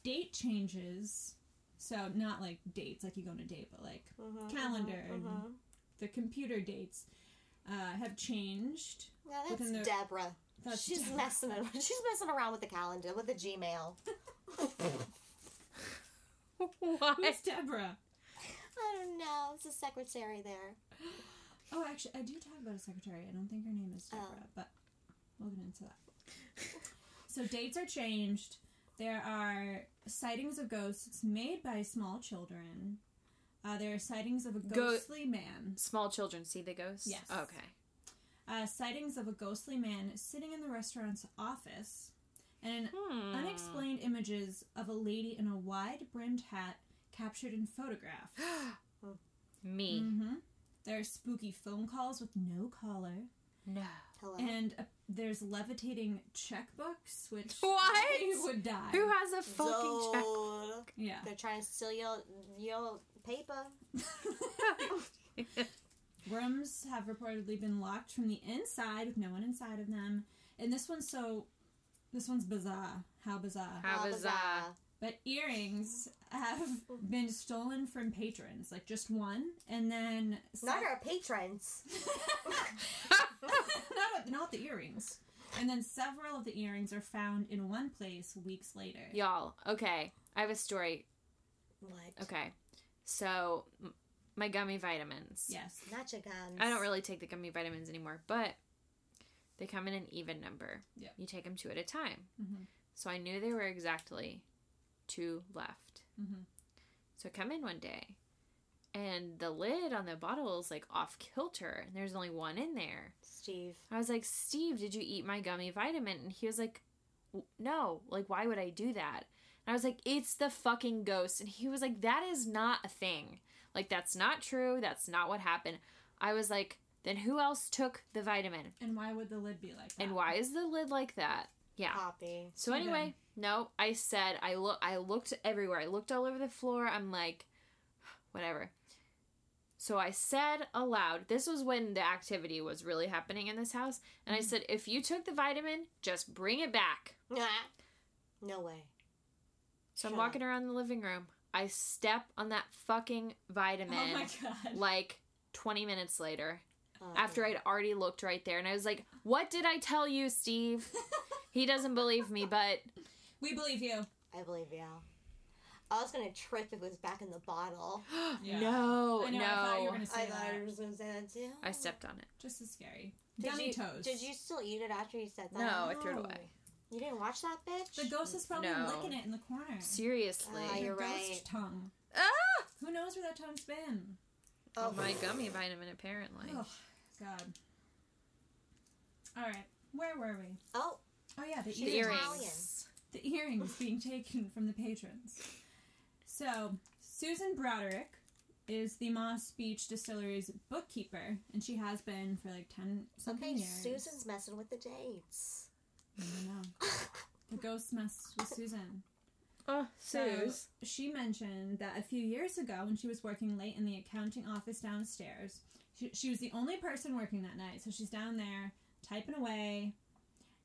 [SPEAKER 4] date changes, so not like dates, like you go on a date, but like calendar, and the computer dates uh, have changed.
[SPEAKER 5] Now that's
[SPEAKER 4] Within the-
[SPEAKER 5] Deborora.
[SPEAKER 4] That's
[SPEAKER 5] she's
[SPEAKER 4] Deborah.
[SPEAKER 5] messing. Around. She's messing around with the calendar, with the Gmail.
[SPEAKER 3] What?
[SPEAKER 4] Who's Deborah?
[SPEAKER 5] I don't know. It's a secretary there.
[SPEAKER 4] Oh, actually, I do talk about a secretary. I don't think her name is Deborah, but we'll get into that. so dates are changed. There are sightings of ghosts made by small children. Uh, there are sightings of a ghostly man.
[SPEAKER 3] Small children see the ghost?
[SPEAKER 4] Yes.
[SPEAKER 3] Okay.
[SPEAKER 4] Uh, sightings of a ghostly man sitting in the restaurant's office, and unexplained images of a lady in a wide-brimmed hat captured in photographs.
[SPEAKER 3] Me.
[SPEAKER 4] there are spooky phone calls with no caller.
[SPEAKER 3] No.
[SPEAKER 5] Hello.
[SPEAKER 3] Uh-huh.
[SPEAKER 4] And uh, there's levitating checkbooks, which
[SPEAKER 3] What?
[SPEAKER 4] they would die.
[SPEAKER 3] Who has a fucking check?
[SPEAKER 5] Dude.
[SPEAKER 4] yeah,
[SPEAKER 5] They're trying to steal your your paper.
[SPEAKER 4] rooms have reportedly been locked from the inside with no one inside of them. And this one's so, this one's bizarre. How bizarre!
[SPEAKER 3] How
[SPEAKER 5] Blah, blah,
[SPEAKER 3] bizarre.
[SPEAKER 5] blah.
[SPEAKER 4] But earrings have been stolen from patrons, like just one, and then
[SPEAKER 5] Not our patrons.
[SPEAKER 4] not, not the earrings. And then several of the earrings are found in one place weeks later.
[SPEAKER 3] Y'all, okay. I have a story.
[SPEAKER 5] What?
[SPEAKER 3] Okay. So, m- my gummy vitamins.
[SPEAKER 4] Yes.
[SPEAKER 5] Not your guns.
[SPEAKER 3] I don't really take the gummy vitamins anymore, but they come in an even number.
[SPEAKER 4] Yep.
[SPEAKER 3] You take them two at a time. So I knew there were exactly two left. So I come in one day, and the lid on the bottle is like off kilter, and there's only one in there.
[SPEAKER 5] Steve.
[SPEAKER 3] I was like, Steve, did you eat my gummy vitamin? And he was like, "W- No. Like, why would I do that? And I was like, It's the fucking ghost. And he was like, That is not a thing. Like, that's not true. That's not what happened. I was like, Then who else took the vitamin?
[SPEAKER 4] And why would the lid be like that?
[SPEAKER 3] And why is the lid like that? Yeah.
[SPEAKER 5] Poppy.
[SPEAKER 3] So anyway, no, I said I look I looked everywhere. I looked all over the floor. I'm like whatever. So I said aloud, this was when the activity was really happening in this house, and
[SPEAKER 4] Mm-hmm.
[SPEAKER 3] I said, if you took the vitamin, just bring it back.
[SPEAKER 5] Ah. No way.
[SPEAKER 3] So I'm
[SPEAKER 5] Shut
[SPEAKER 3] walking around the living room. I step on that fucking vitamin
[SPEAKER 4] Oh my god. Oh
[SPEAKER 3] like 20 minutes later
[SPEAKER 5] Uh,
[SPEAKER 3] after I'd already looked right there. And I was like, What did I tell you, Steve? he doesn't believe me, but
[SPEAKER 4] We believe you.
[SPEAKER 5] I believe you. I was gonna trip if it was back in the bottle.
[SPEAKER 4] Yeah.
[SPEAKER 3] No,
[SPEAKER 4] I know. I thought you were
[SPEAKER 3] Oh, no.
[SPEAKER 4] gonna say
[SPEAKER 5] I
[SPEAKER 4] that.
[SPEAKER 5] thought I was gonna say that too.
[SPEAKER 3] I stepped on it.
[SPEAKER 5] Oh
[SPEAKER 4] Just as scary.
[SPEAKER 5] Did
[SPEAKER 4] Gummy
[SPEAKER 5] you,
[SPEAKER 4] toes.
[SPEAKER 5] Did you still eat it after you said that?
[SPEAKER 3] No, I threw it away.
[SPEAKER 5] You didn't watch that bitch.
[SPEAKER 4] The ghost is probably
[SPEAKER 3] No.
[SPEAKER 4] licking it in the corner.
[SPEAKER 3] Seriously.
[SPEAKER 5] Ah,
[SPEAKER 4] The
[SPEAKER 5] you're
[SPEAKER 4] ghost
[SPEAKER 5] right.
[SPEAKER 4] tongue.
[SPEAKER 3] Ah!
[SPEAKER 4] Who knows where that tongue's been?
[SPEAKER 5] oh
[SPEAKER 3] My gummy vitamin, apparently.
[SPEAKER 4] Oh, God. All right. Where were we?
[SPEAKER 5] Oh,
[SPEAKER 4] Oh, yeah, the
[SPEAKER 5] She's
[SPEAKER 3] the
[SPEAKER 4] earrings.
[SPEAKER 5] Italian.
[SPEAKER 3] earrings.
[SPEAKER 4] The earrings being taken from the patrons. So, Susan Broderick is the Moss Beach Distillery's bookkeeper, and she has been for like 10 something
[SPEAKER 5] okay.
[SPEAKER 4] years.
[SPEAKER 5] Susan's messing with the dates.
[SPEAKER 4] I know. The ghost messed with Susan.
[SPEAKER 3] Oh,
[SPEAKER 4] So
[SPEAKER 3] Suze.
[SPEAKER 4] she mentioned that a few years ago, when she was working late in the accounting office downstairs, she, she was the only person working that night. So she's down there typing away,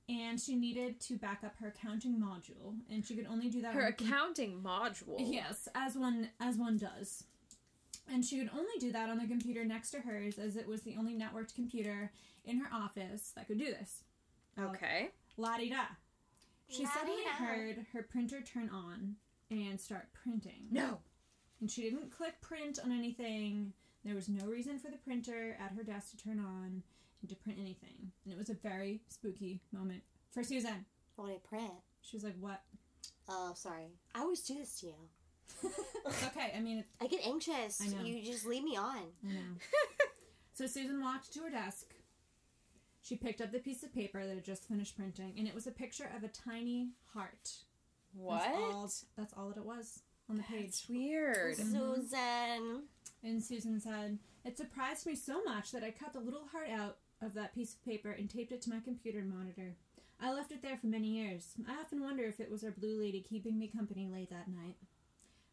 [SPEAKER 4] and she needed to back up her accounting module, and she could only do that.
[SPEAKER 3] Her
[SPEAKER 4] when-
[SPEAKER 3] accounting module.
[SPEAKER 4] Yes, as one as one does. And she could only do that on the computer next to hers, as it was the only networked computer in her office that could do this.
[SPEAKER 3] Okay.
[SPEAKER 4] La di da. She suddenly
[SPEAKER 5] La-di-da.
[SPEAKER 4] heard her printer turn on and start printing.
[SPEAKER 3] No.
[SPEAKER 4] And she didn't click print on anything. There was no reason for the printer at her desk to turn on and to print anything. And it was a very spooky moment for Susan.
[SPEAKER 5] What did I print?
[SPEAKER 4] She was like, What?
[SPEAKER 5] Oh, sorry. I always do this to you.
[SPEAKER 4] It's okay. I mean, it's,
[SPEAKER 5] I get anxious.
[SPEAKER 4] I know.
[SPEAKER 5] You just leave me on.
[SPEAKER 4] I know. so Susan walked to her desk. She picked up the piece of paper that had just finished printing, and it was a picture of a tiny heart. That's all,
[SPEAKER 3] What?
[SPEAKER 4] that's all that it was on the page.
[SPEAKER 3] It's weird.
[SPEAKER 5] Susan.
[SPEAKER 4] And Susan said, It surprised me so much that I cut the little heart out of that piece of paper and taped it to my computer monitor. I left it there for many years. I often wonder if it was our blue lady keeping me company late that night.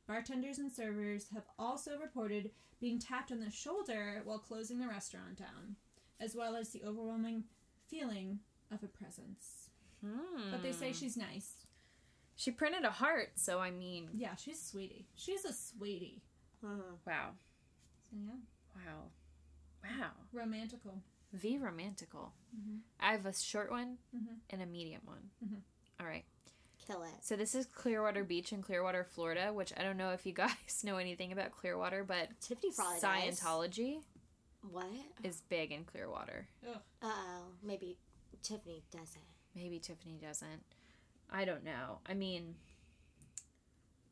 [SPEAKER 4] Bartenders and servers have also reported being tapped on the shoulder while closing the restaurant down, as well as the overwhelming feeling of a presence. But they say she's nice.
[SPEAKER 3] She printed a heart, so I mean,
[SPEAKER 4] Yeah, she's sweetie. She's a sweetie.
[SPEAKER 3] wow.
[SPEAKER 4] So, yeah,
[SPEAKER 3] Wow. Wow.
[SPEAKER 4] romantical.
[SPEAKER 3] V romantical.
[SPEAKER 5] Mm-hmm.
[SPEAKER 3] I have a short one and a medium one.
[SPEAKER 5] Mm-hmm.
[SPEAKER 3] All right.
[SPEAKER 5] Kill it.
[SPEAKER 3] So this is Clearwater Beach in Clearwater, Florida, which I don't know if you guys know anything about Clearwater, but
[SPEAKER 5] Tiffany probably Does.
[SPEAKER 3] Scientology
[SPEAKER 5] What?
[SPEAKER 3] is big in Clearwater.
[SPEAKER 5] Uh oh. Maybe Tiffany doesn't.
[SPEAKER 3] Maybe Tiffany doesn't. I don't know. I mean,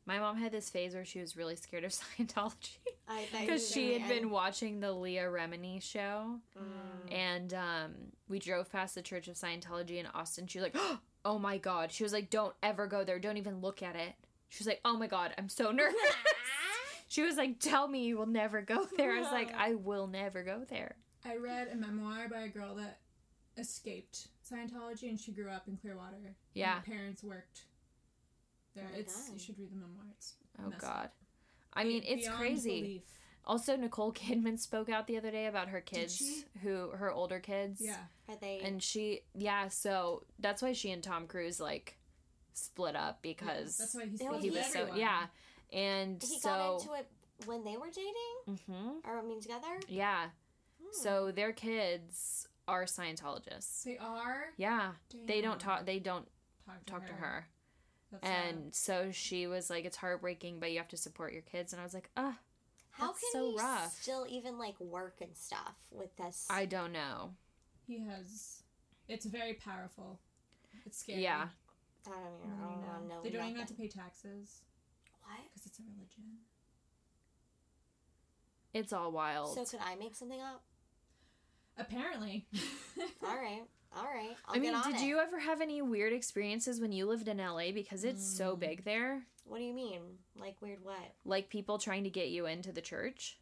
[SPEAKER 3] my mom had this phase where she was really scared of Scientology.
[SPEAKER 5] I bet
[SPEAKER 3] because
[SPEAKER 5] you
[SPEAKER 3] she had
[SPEAKER 5] didn't.
[SPEAKER 3] been watching the Leah Remini show,
[SPEAKER 4] Mm.
[SPEAKER 3] and um, we drove past the Church of Scientology in Austin. She was like, "Oh my god!" She was like, "Don't ever go there. Don't even look at it." She was like, "Oh my god, I'm so nervous." she was like, "Tell me you will never go there." I was like, "I will never go there."
[SPEAKER 4] I read a memoir by a girl that escaped Scientology and she grew up in Clearwater.
[SPEAKER 3] Yeah.
[SPEAKER 4] Her parents worked there.
[SPEAKER 5] my
[SPEAKER 4] it's you
[SPEAKER 5] God.
[SPEAKER 4] should read the memoir. It's
[SPEAKER 3] Oh
[SPEAKER 4] messed up.
[SPEAKER 3] god. I mean, it's
[SPEAKER 4] Beyond
[SPEAKER 3] crazy.
[SPEAKER 4] belief.
[SPEAKER 3] Also, Nicole Kidman spoke out the other day about her kids,
[SPEAKER 4] she?
[SPEAKER 3] who her older kids.
[SPEAKER 4] Yeah.
[SPEAKER 5] Are they?
[SPEAKER 3] and she yeah so that's why she and tom cruise like split up because
[SPEAKER 4] That's why he's
[SPEAKER 5] That was
[SPEAKER 3] he
[SPEAKER 5] he
[SPEAKER 3] was so yeah and
[SPEAKER 5] he
[SPEAKER 3] so
[SPEAKER 5] got into it when they were dating.
[SPEAKER 3] Mhm.
[SPEAKER 5] Or I mean, together.
[SPEAKER 3] yeah
[SPEAKER 4] Hmm.
[SPEAKER 3] so their kids are scientologists
[SPEAKER 4] They are.
[SPEAKER 3] yeah they don't
[SPEAKER 4] Damn.
[SPEAKER 3] talk they don't
[SPEAKER 4] Talk to
[SPEAKER 3] talk
[SPEAKER 4] her.
[SPEAKER 3] to her
[SPEAKER 4] That's
[SPEAKER 3] and so she was like it's heartbreaking but you have to support your kids and i was like ah
[SPEAKER 5] How
[SPEAKER 3] That's
[SPEAKER 5] can
[SPEAKER 3] so
[SPEAKER 5] he
[SPEAKER 3] rough.
[SPEAKER 5] still even like work and stuff with this?
[SPEAKER 3] i don't know
[SPEAKER 4] sad. He has. It's very powerful. It's scary.
[SPEAKER 3] yeah
[SPEAKER 5] I don't even.
[SPEAKER 4] I
[SPEAKER 5] I
[SPEAKER 4] don't
[SPEAKER 5] don't wanna
[SPEAKER 4] know.
[SPEAKER 5] know.
[SPEAKER 4] they don't even have to
[SPEAKER 5] nothing.
[SPEAKER 4] pay taxes
[SPEAKER 5] What?
[SPEAKER 4] because it's a religion.
[SPEAKER 3] it's all wild
[SPEAKER 5] So could I make something up?
[SPEAKER 4] Apparently.
[SPEAKER 5] All right. All right. I'll
[SPEAKER 3] i mean
[SPEAKER 5] get on
[SPEAKER 3] did
[SPEAKER 5] it.
[SPEAKER 3] you ever have any weird experiences when you lived in la because it's so
[SPEAKER 5] Mm.
[SPEAKER 3] big there
[SPEAKER 5] What do you mean? Like weird what?
[SPEAKER 3] like people trying to get you into the church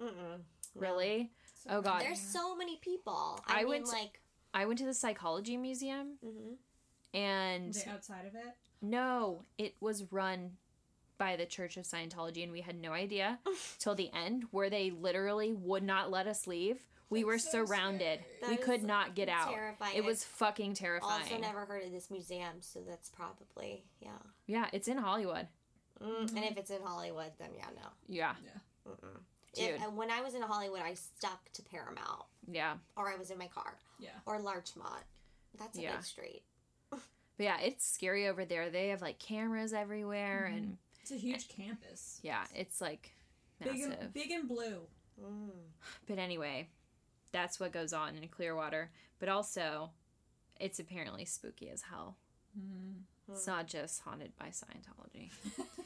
[SPEAKER 5] Mm-mm.
[SPEAKER 3] Really? Oh god.
[SPEAKER 5] There's so many people.
[SPEAKER 3] I
[SPEAKER 5] I,
[SPEAKER 3] Mm-hmm.
[SPEAKER 5] mean,
[SPEAKER 3] went to-
[SPEAKER 5] like
[SPEAKER 3] I went to the psychology museum
[SPEAKER 5] Mhm.
[SPEAKER 3] and
[SPEAKER 4] they outside of it.
[SPEAKER 3] no, it was run by the Church of Scientology and we had no idea till the end where they literally would not let us leave. We were surrounded.
[SPEAKER 5] That
[SPEAKER 3] we could
[SPEAKER 5] is
[SPEAKER 3] not get out.
[SPEAKER 5] terrifying.
[SPEAKER 3] It was fucking
[SPEAKER 5] also
[SPEAKER 3] terrifying.
[SPEAKER 5] never heard of this museum, so that's probably yeah.
[SPEAKER 3] yeah, it's in Hollywood.
[SPEAKER 5] Mm,
[SPEAKER 3] Mm-hmm.
[SPEAKER 5] And if it's in Hollywood, then yeah, no.
[SPEAKER 3] Yeah.
[SPEAKER 5] If-
[SPEAKER 3] Dude.
[SPEAKER 5] and when I was in Hollywood, I stuck to Paramount,
[SPEAKER 3] Yeah.
[SPEAKER 5] or I was in my car,
[SPEAKER 4] Yeah.
[SPEAKER 5] or Larchmont. That's a
[SPEAKER 3] Yeah.
[SPEAKER 5] big street.
[SPEAKER 3] But yeah, it's scary over there. They have like cameras everywhere, and
[SPEAKER 4] It's a huge campus.
[SPEAKER 3] yeah, it's like
[SPEAKER 4] Big
[SPEAKER 3] massive.
[SPEAKER 4] and, big and blue.
[SPEAKER 3] But anyway, that's what goes on in Clearwater. But also, it's apparently spooky as hell.
[SPEAKER 5] Mm-hmm.
[SPEAKER 3] It's
[SPEAKER 4] Hmm.
[SPEAKER 3] not just haunted by Scientology.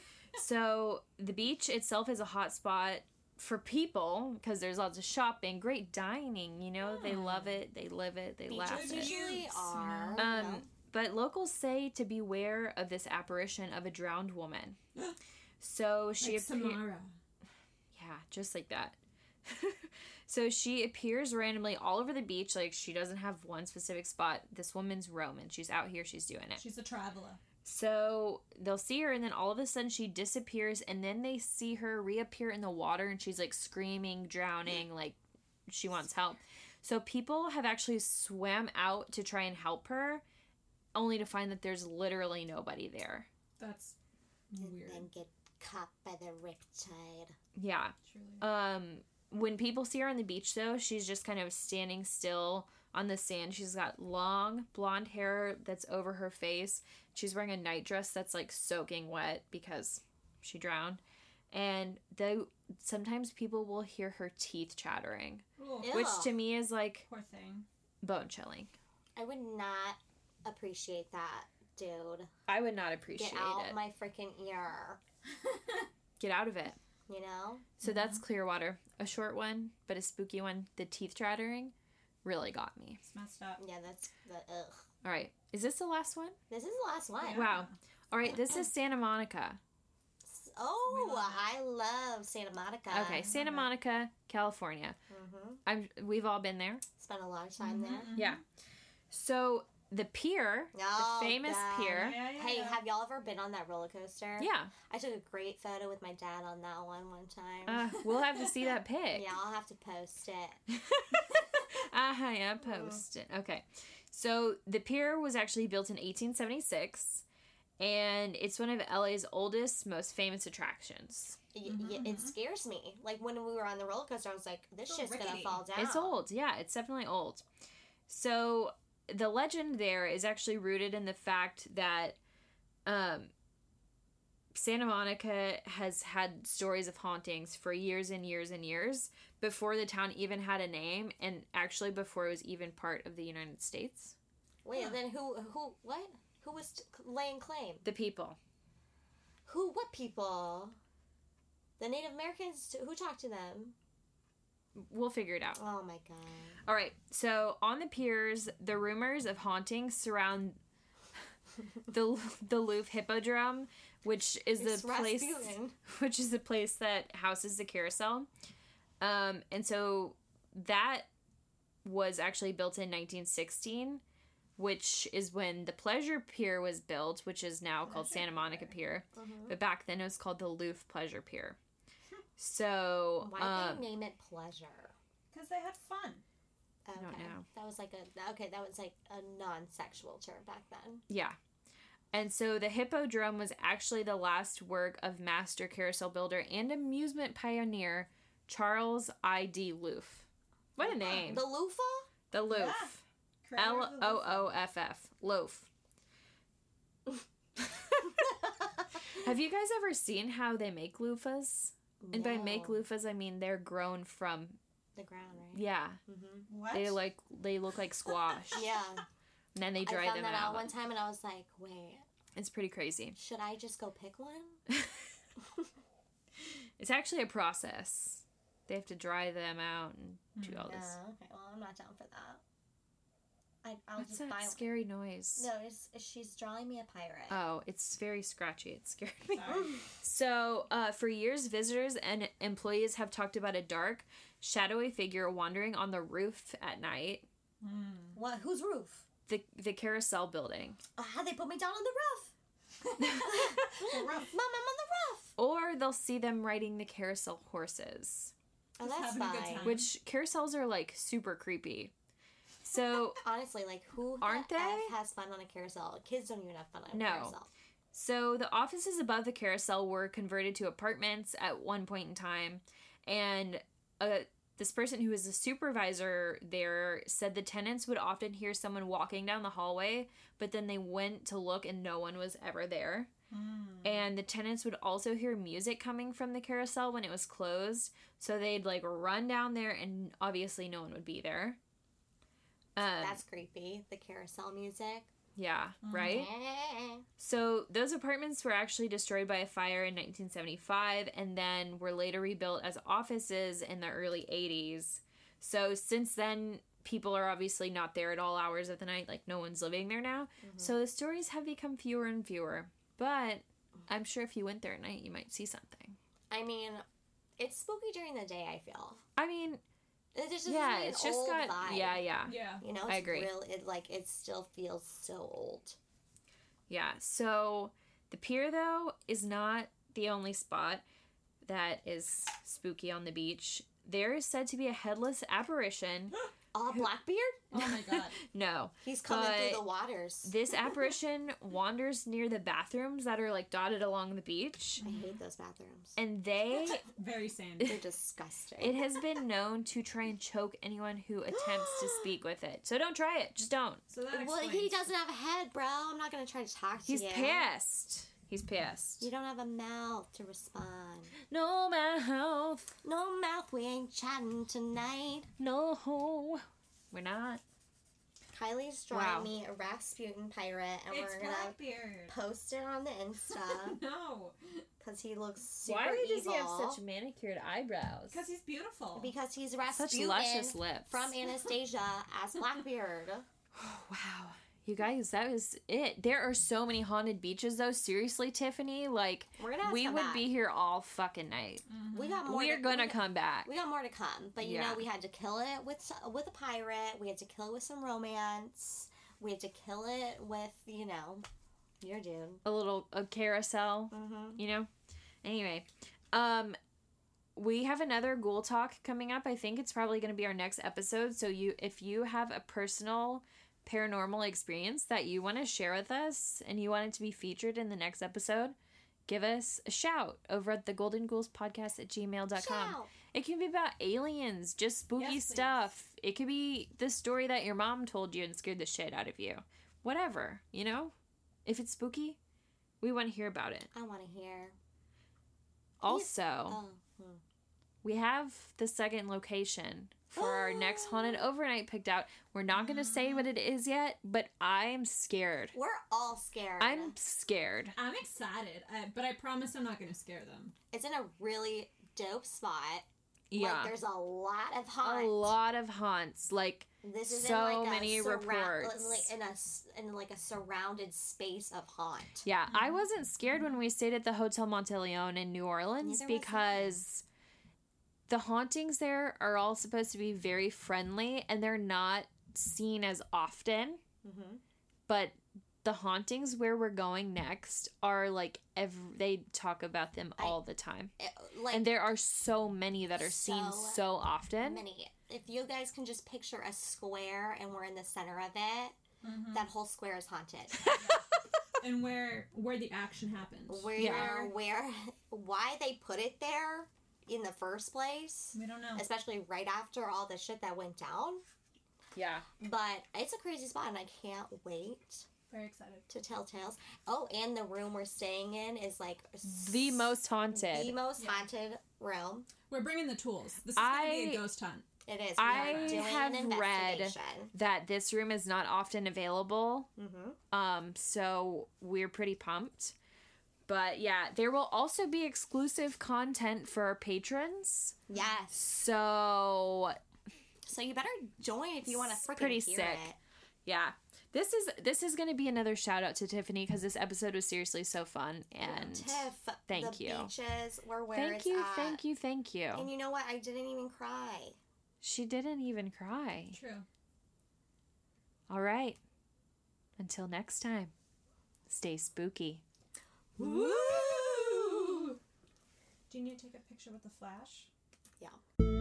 [SPEAKER 3] so the beach itself is a hot spot for people because there's lots of shopping, great dining. You know, they love it, they live it, they laugh.
[SPEAKER 4] Beaches
[SPEAKER 3] at it.
[SPEAKER 4] is
[SPEAKER 5] usually
[SPEAKER 4] Cutes,
[SPEAKER 5] are.
[SPEAKER 4] you
[SPEAKER 3] Um,
[SPEAKER 5] no?
[SPEAKER 3] But locals say to beware of this apparition of a drowned woman. So she
[SPEAKER 4] Like
[SPEAKER 3] appear-
[SPEAKER 4] Samara.
[SPEAKER 3] yeah, just like that. so she appears randomly all over the beach. Like she doesn't have one specific spot. This woman's roaming. She's out here. She's doing it.
[SPEAKER 4] She's a traveler.
[SPEAKER 3] So they'll see her, and then all of a sudden she disappears, and then they see her reappear in the water, and she's like screaming, drowning, like she wants help. So people have actually swam out to try and help her, only to find that there's literally nobody there.
[SPEAKER 4] That's
[SPEAKER 5] and
[SPEAKER 4] weird.
[SPEAKER 5] then get caught by the riptide.
[SPEAKER 3] Yeah.
[SPEAKER 4] Truly.
[SPEAKER 3] Um, when people see her on the beach, though, she's just kind of standing still on the sand. She's got long blonde hair that's over her face. She's wearing a nightdress that's like soaking wet because she drowned. And though sometimes people will hear her teeth chattering,
[SPEAKER 4] Cool.
[SPEAKER 5] Ew.
[SPEAKER 3] which to me is like
[SPEAKER 4] Poor thing.
[SPEAKER 3] bone chilling.
[SPEAKER 5] I would not appreciate that, dude.
[SPEAKER 3] I would not
[SPEAKER 5] Get
[SPEAKER 3] appreciate
[SPEAKER 5] out
[SPEAKER 3] it.
[SPEAKER 5] my freaking ear.
[SPEAKER 3] Get out of it.
[SPEAKER 5] You know?
[SPEAKER 3] So that's
[SPEAKER 5] Mm-hmm.
[SPEAKER 3] Clearwater. A short one, but a spooky one. The teeth chattering really got me.
[SPEAKER 4] It's messed up.
[SPEAKER 5] Yeah, that's the ugh.
[SPEAKER 3] All right. Is this the last one?
[SPEAKER 5] This is the last one.
[SPEAKER 3] Wow. All right, this is Santa Monica.
[SPEAKER 5] Oh, I love Santa Monica. Mm-hmm.
[SPEAKER 3] Okay, Santa Monica, California. I'm we've all been there.
[SPEAKER 5] Spent a lot of time
[SPEAKER 4] Mm-hmm.
[SPEAKER 5] there.
[SPEAKER 3] Yeah. So the pier,
[SPEAKER 5] Oh,
[SPEAKER 3] the famous
[SPEAKER 5] God.
[SPEAKER 3] pier.
[SPEAKER 4] Yeah, yeah,
[SPEAKER 5] Hey,
[SPEAKER 4] yeah.
[SPEAKER 5] have y'all ever been on that roller coaster?
[SPEAKER 3] Yeah.
[SPEAKER 5] I took a great photo with my dad on that one one time.
[SPEAKER 3] Uh, we'll have to see that pic.
[SPEAKER 5] yeah, I'll have to post it.
[SPEAKER 3] Ah, yeah, post it. Okay. So the pier was actually built in 1876 and it's one of LA's oldest, most famous attractions.
[SPEAKER 5] Y- y-
[SPEAKER 3] mm-hmm.
[SPEAKER 5] it scares me. Like when we were on the roller coaster, I was like, "This
[SPEAKER 4] So
[SPEAKER 5] shit's gonna
[SPEAKER 4] rickety.
[SPEAKER 5] fall down."
[SPEAKER 3] It's old. Yeah, it's definitely old. So the legend there is actually rooted in the fact that um, Santa Monica has had stories of hauntings for years and years and years before the town even had a name and actually before it was even part of the United States.
[SPEAKER 5] Wait, then who? Who? What? Who was t- laying claim?
[SPEAKER 3] The people.
[SPEAKER 5] Who? What people? The Native Americans? Who talked to them?
[SPEAKER 3] We'll figure it out.
[SPEAKER 5] Oh my god!
[SPEAKER 3] All right. So on the piers, the rumors of hauntings surround the the Louvre Hippodrome, which is
[SPEAKER 5] It's
[SPEAKER 3] the place
[SPEAKER 5] Rasputin.
[SPEAKER 3] which is the place that houses the carousel. Um, and so that was actually built in 1916, which is when the Pleasure Pier was built, which is now called Santa Monica Pier.
[SPEAKER 5] Mm-hmm.
[SPEAKER 3] But back then it was called the Louvre Pleasure Pier. So
[SPEAKER 5] Why
[SPEAKER 3] um,
[SPEAKER 5] did they name it Pleasure?
[SPEAKER 4] Because they had fun.
[SPEAKER 5] Okay,
[SPEAKER 3] don't know.
[SPEAKER 5] that was like a okay. That was like a non-sexual term back then.
[SPEAKER 3] Yeah. And so the Hippodrome was actually the last work of master carousel builder and amusement pioneer Charles I. D. Loof. What a name.
[SPEAKER 5] Oh, The loofah?
[SPEAKER 3] The
[SPEAKER 4] Yeah.
[SPEAKER 3] Loof. L O O F F. Loaf. Have you guys ever seen how they make loofahs? And by make
[SPEAKER 5] No.
[SPEAKER 3] loofahs, I mean they're grown from,
[SPEAKER 5] the ground, right? Mm-hmm.
[SPEAKER 3] yeah.
[SPEAKER 4] What?
[SPEAKER 3] They like they look like squash,
[SPEAKER 5] Yeah,
[SPEAKER 3] and then they
[SPEAKER 5] I
[SPEAKER 3] dry
[SPEAKER 5] found
[SPEAKER 3] them
[SPEAKER 5] that out
[SPEAKER 3] out.
[SPEAKER 5] one time, and I was like, "Wait,
[SPEAKER 3] It's pretty crazy.
[SPEAKER 5] should I just go pick one?"
[SPEAKER 3] It's actually a process. They have to dry them out and
[SPEAKER 5] Hmm.
[SPEAKER 3] do all Oh, this.
[SPEAKER 5] No, Oh, okay. Well, I'm not down for that. I, I'll
[SPEAKER 3] What's
[SPEAKER 5] just
[SPEAKER 3] that
[SPEAKER 5] buy one.
[SPEAKER 3] scary noise?
[SPEAKER 5] No, it's, she's drawing me a pirate.
[SPEAKER 3] Oh, it's very scratchy. It scared me.
[SPEAKER 4] Sorry.
[SPEAKER 3] So, uh, for years, visitors and employees have talked about a dark, shadowy figure wandering on the roof at night,
[SPEAKER 5] what? Whose roof?
[SPEAKER 3] the the carousel building,
[SPEAKER 5] Ah, they put me down on the roof.
[SPEAKER 4] The rough
[SPEAKER 5] Mom, I'm on the roof.
[SPEAKER 3] or they'll see them riding the carousel horses,
[SPEAKER 5] Oh, that's
[SPEAKER 4] having a good
[SPEAKER 5] fine.
[SPEAKER 4] time.
[SPEAKER 3] which carousels are like super creepy. So
[SPEAKER 5] Honestly, like who
[SPEAKER 3] Aren't
[SPEAKER 5] the F
[SPEAKER 3] they?
[SPEAKER 5] has fun on a carousel? Kids don't even have fun on a
[SPEAKER 3] No.
[SPEAKER 5] carousel.
[SPEAKER 3] So the offices above the carousel were converted to apartments at one point in time, and a This person who is the supervisor there said the tenants would often hear someone walking down the hallway, but then they went to look and no one was ever there. And the tenants would also hear music coming from the carousel when it was closed, so they'd like run down there and obviously no one would be there. Um,
[SPEAKER 5] That's creepy. The carousel music.
[SPEAKER 3] yeah, right?
[SPEAKER 5] Eh.
[SPEAKER 3] So those apartments were actually destroyed by a fire in 1975 and then were later rebuilt as offices in the early 80s. So since then people are obviously not there at all hours of the night like no one's living there now.
[SPEAKER 5] Mm-hmm.
[SPEAKER 3] So the stories have become fewer and fewer. But I'm sure if you went there at night you might see something.
[SPEAKER 5] I mean, it's spooky during the day. I feel.
[SPEAKER 3] I mean,
[SPEAKER 5] It's just,
[SPEAKER 3] yeah,
[SPEAKER 5] an
[SPEAKER 3] it's just
[SPEAKER 5] old
[SPEAKER 3] got
[SPEAKER 5] vibe.
[SPEAKER 3] yeah, yeah.
[SPEAKER 4] Yeah.
[SPEAKER 5] You know, it's
[SPEAKER 3] I agree.
[SPEAKER 5] Real, it like it still feels so old.
[SPEAKER 3] Yeah. So the pier though is not the only spot that is spooky on the beach. There is said to be a headless apparition.
[SPEAKER 5] Ah, Blackbeard.
[SPEAKER 4] Oh my god.
[SPEAKER 3] No.
[SPEAKER 5] He's coming
[SPEAKER 3] But
[SPEAKER 5] through the waters.
[SPEAKER 3] This apparition wanders near the bathrooms that are like dotted along the beach
[SPEAKER 5] I hate those bathrooms.
[SPEAKER 3] and they
[SPEAKER 4] Very sandy.
[SPEAKER 5] They're disgusting.
[SPEAKER 3] it has been known to try and choke anyone who attempts to speak with it. So don't try it. Just don't.
[SPEAKER 4] So that
[SPEAKER 5] well,
[SPEAKER 4] explains.
[SPEAKER 5] he doesn't have a head, bro. I'm not gonna try to talk to
[SPEAKER 3] He's
[SPEAKER 5] you.
[SPEAKER 3] pissed. He's
[SPEAKER 5] You
[SPEAKER 3] pissed.
[SPEAKER 5] don't have a mouth to respond.
[SPEAKER 3] No mouth.
[SPEAKER 5] No mouth, we ain't chatting tonight.
[SPEAKER 3] No. We're not.
[SPEAKER 5] Kylie's drawing
[SPEAKER 3] Wow.
[SPEAKER 5] me a Rasputin pirate, and
[SPEAKER 4] It's
[SPEAKER 5] we're gonna
[SPEAKER 4] Blackbeard.
[SPEAKER 5] post it on the Insta
[SPEAKER 4] No,
[SPEAKER 5] because he looks super evil.
[SPEAKER 3] manicured eyebrows?
[SPEAKER 4] because he's beautiful.
[SPEAKER 5] because he's
[SPEAKER 3] Such
[SPEAKER 5] Rasputin
[SPEAKER 3] luscious lips.
[SPEAKER 5] from Anastasia as Blackbeard.
[SPEAKER 3] wow. You guys, that was it. There are so many haunted beaches, though. Seriously, Tiffany, like
[SPEAKER 5] We're gonna have to
[SPEAKER 3] we
[SPEAKER 5] come
[SPEAKER 3] would
[SPEAKER 5] back. Mm.
[SPEAKER 3] be here all fucking night.
[SPEAKER 5] We got more.
[SPEAKER 3] Mm-hmm. we are
[SPEAKER 5] to-
[SPEAKER 3] gonna
[SPEAKER 5] we-
[SPEAKER 3] come back.
[SPEAKER 5] We got more to come, but you
[SPEAKER 3] Yeah.
[SPEAKER 5] know we had to kill it with s- with a pirate. We had to kill it with some romance. We had to kill it with you know your dude.
[SPEAKER 3] a little a carousel, you know. Anyway, um, we have another ghoul talk coming up. I think it's probably going to be our next episode. So you, if you have a personal paranormal experience that you want to share with us and you want it to be featured in the next episode give us a shout over at the golden ghouls podcast at gmail.com
[SPEAKER 5] Shout.
[SPEAKER 3] it can be about aliens just spooky
[SPEAKER 4] Yes, please.
[SPEAKER 3] stuff it could be the story that your mom told you and scared the shit out of you whatever you know if it's spooky we want to hear about it
[SPEAKER 5] I want to hear.
[SPEAKER 3] also
[SPEAKER 5] Oh, hmm.
[SPEAKER 3] we have the second location for our next haunted overnight picked out. We're not going to say what it is yet, but I'm scared.
[SPEAKER 5] we're all scared.
[SPEAKER 3] I'm scared.
[SPEAKER 4] I'm excited, I, but I promise I'm not going to scare them.
[SPEAKER 5] It's in a really dope spot. Like
[SPEAKER 3] Yeah.
[SPEAKER 5] there's a lot of
[SPEAKER 3] a
[SPEAKER 5] haunt.
[SPEAKER 3] lot of haunts. Like,
[SPEAKER 5] This is
[SPEAKER 3] so
[SPEAKER 5] in like a
[SPEAKER 3] many
[SPEAKER 5] surra-
[SPEAKER 3] reports.
[SPEAKER 5] Like in a s- in like a surrounded space of haunt.
[SPEAKER 3] yeah, I wasn't scared when we stayed at the Hotel Monteleone in New Orleans
[SPEAKER 5] Neither was I.
[SPEAKER 3] because the hauntings there are all supposed to be very friendly and they're not seen as often.
[SPEAKER 5] Mhm.
[SPEAKER 3] But the hauntings where we're going next are like every they talk about them
[SPEAKER 5] I-
[SPEAKER 3] all the time.
[SPEAKER 5] It- Eh, like
[SPEAKER 3] and there are so many that are seen
[SPEAKER 5] So
[SPEAKER 3] so often.
[SPEAKER 5] many. If you guys can just picture a square and we're in the center of it, that whole square is haunted.
[SPEAKER 4] And where where the action happens.
[SPEAKER 5] Where
[SPEAKER 3] Yeah.
[SPEAKER 5] where why they put it there in the first place,
[SPEAKER 4] we don't know.
[SPEAKER 5] especially right after all the shit that went down.
[SPEAKER 3] Yeah.
[SPEAKER 5] But it's a crazy spot, and I can't wait
[SPEAKER 4] Very excited.
[SPEAKER 5] to tell tales. Oh, and the room we're staying in is like
[SPEAKER 3] The most haunted.
[SPEAKER 5] the most haunted room.
[SPEAKER 4] We're bringing the tools. This is going to
[SPEAKER 3] I-
[SPEAKER 4] be a ghost hunt.
[SPEAKER 5] It is. We
[SPEAKER 3] I
[SPEAKER 5] are doing
[SPEAKER 3] have
[SPEAKER 5] an
[SPEAKER 3] read-
[SPEAKER 5] investigation.
[SPEAKER 3] that this room is not often available.
[SPEAKER 5] Mhm.
[SPEAKER 3] Um, so we're pretty pumped. But yeah, there will also be exclusive content for our patrons.
[SPEAKER 5] Yes.
[SPEAKER 3] So
[SPEAKER 5] So you better join if you want to
[SPEAKER 3] It's
[SPEAKER 5] freaking
[SPEAKER 3] pretty
[SPEAKER 5] hear
[SPEAKER 3] sick.
[SPEAKER 5] it.
[SPEAKER 3] yeah. This is this is going to be another shout out to Tiffany because this episode was seriously so fun and
[SPEAKER 5] Tiff,
[SPEAKER 3] thank
[SPEAKER 5] the
[SPEAKER 3] you.
[SPEAKER 5] beaches were where
[SPEAKER 3] thank
[SPEAKER 5] it's
[SPEAKER 3] you,
[SPEAKER 5] at.
[SPEAKER 3] thank you, thank you,
[SPEAKER 5] And you know what? I didn't even cry.
[SPEAKER 3] She didn't even cry.
[SPEAKER 4] True.
[SPEAKER 3] All right. Until next time. Stay spooky.
[SPEAKER 4] Woo! Do you need to take a picture with the flash?
[SPEAKER 5] Yeah.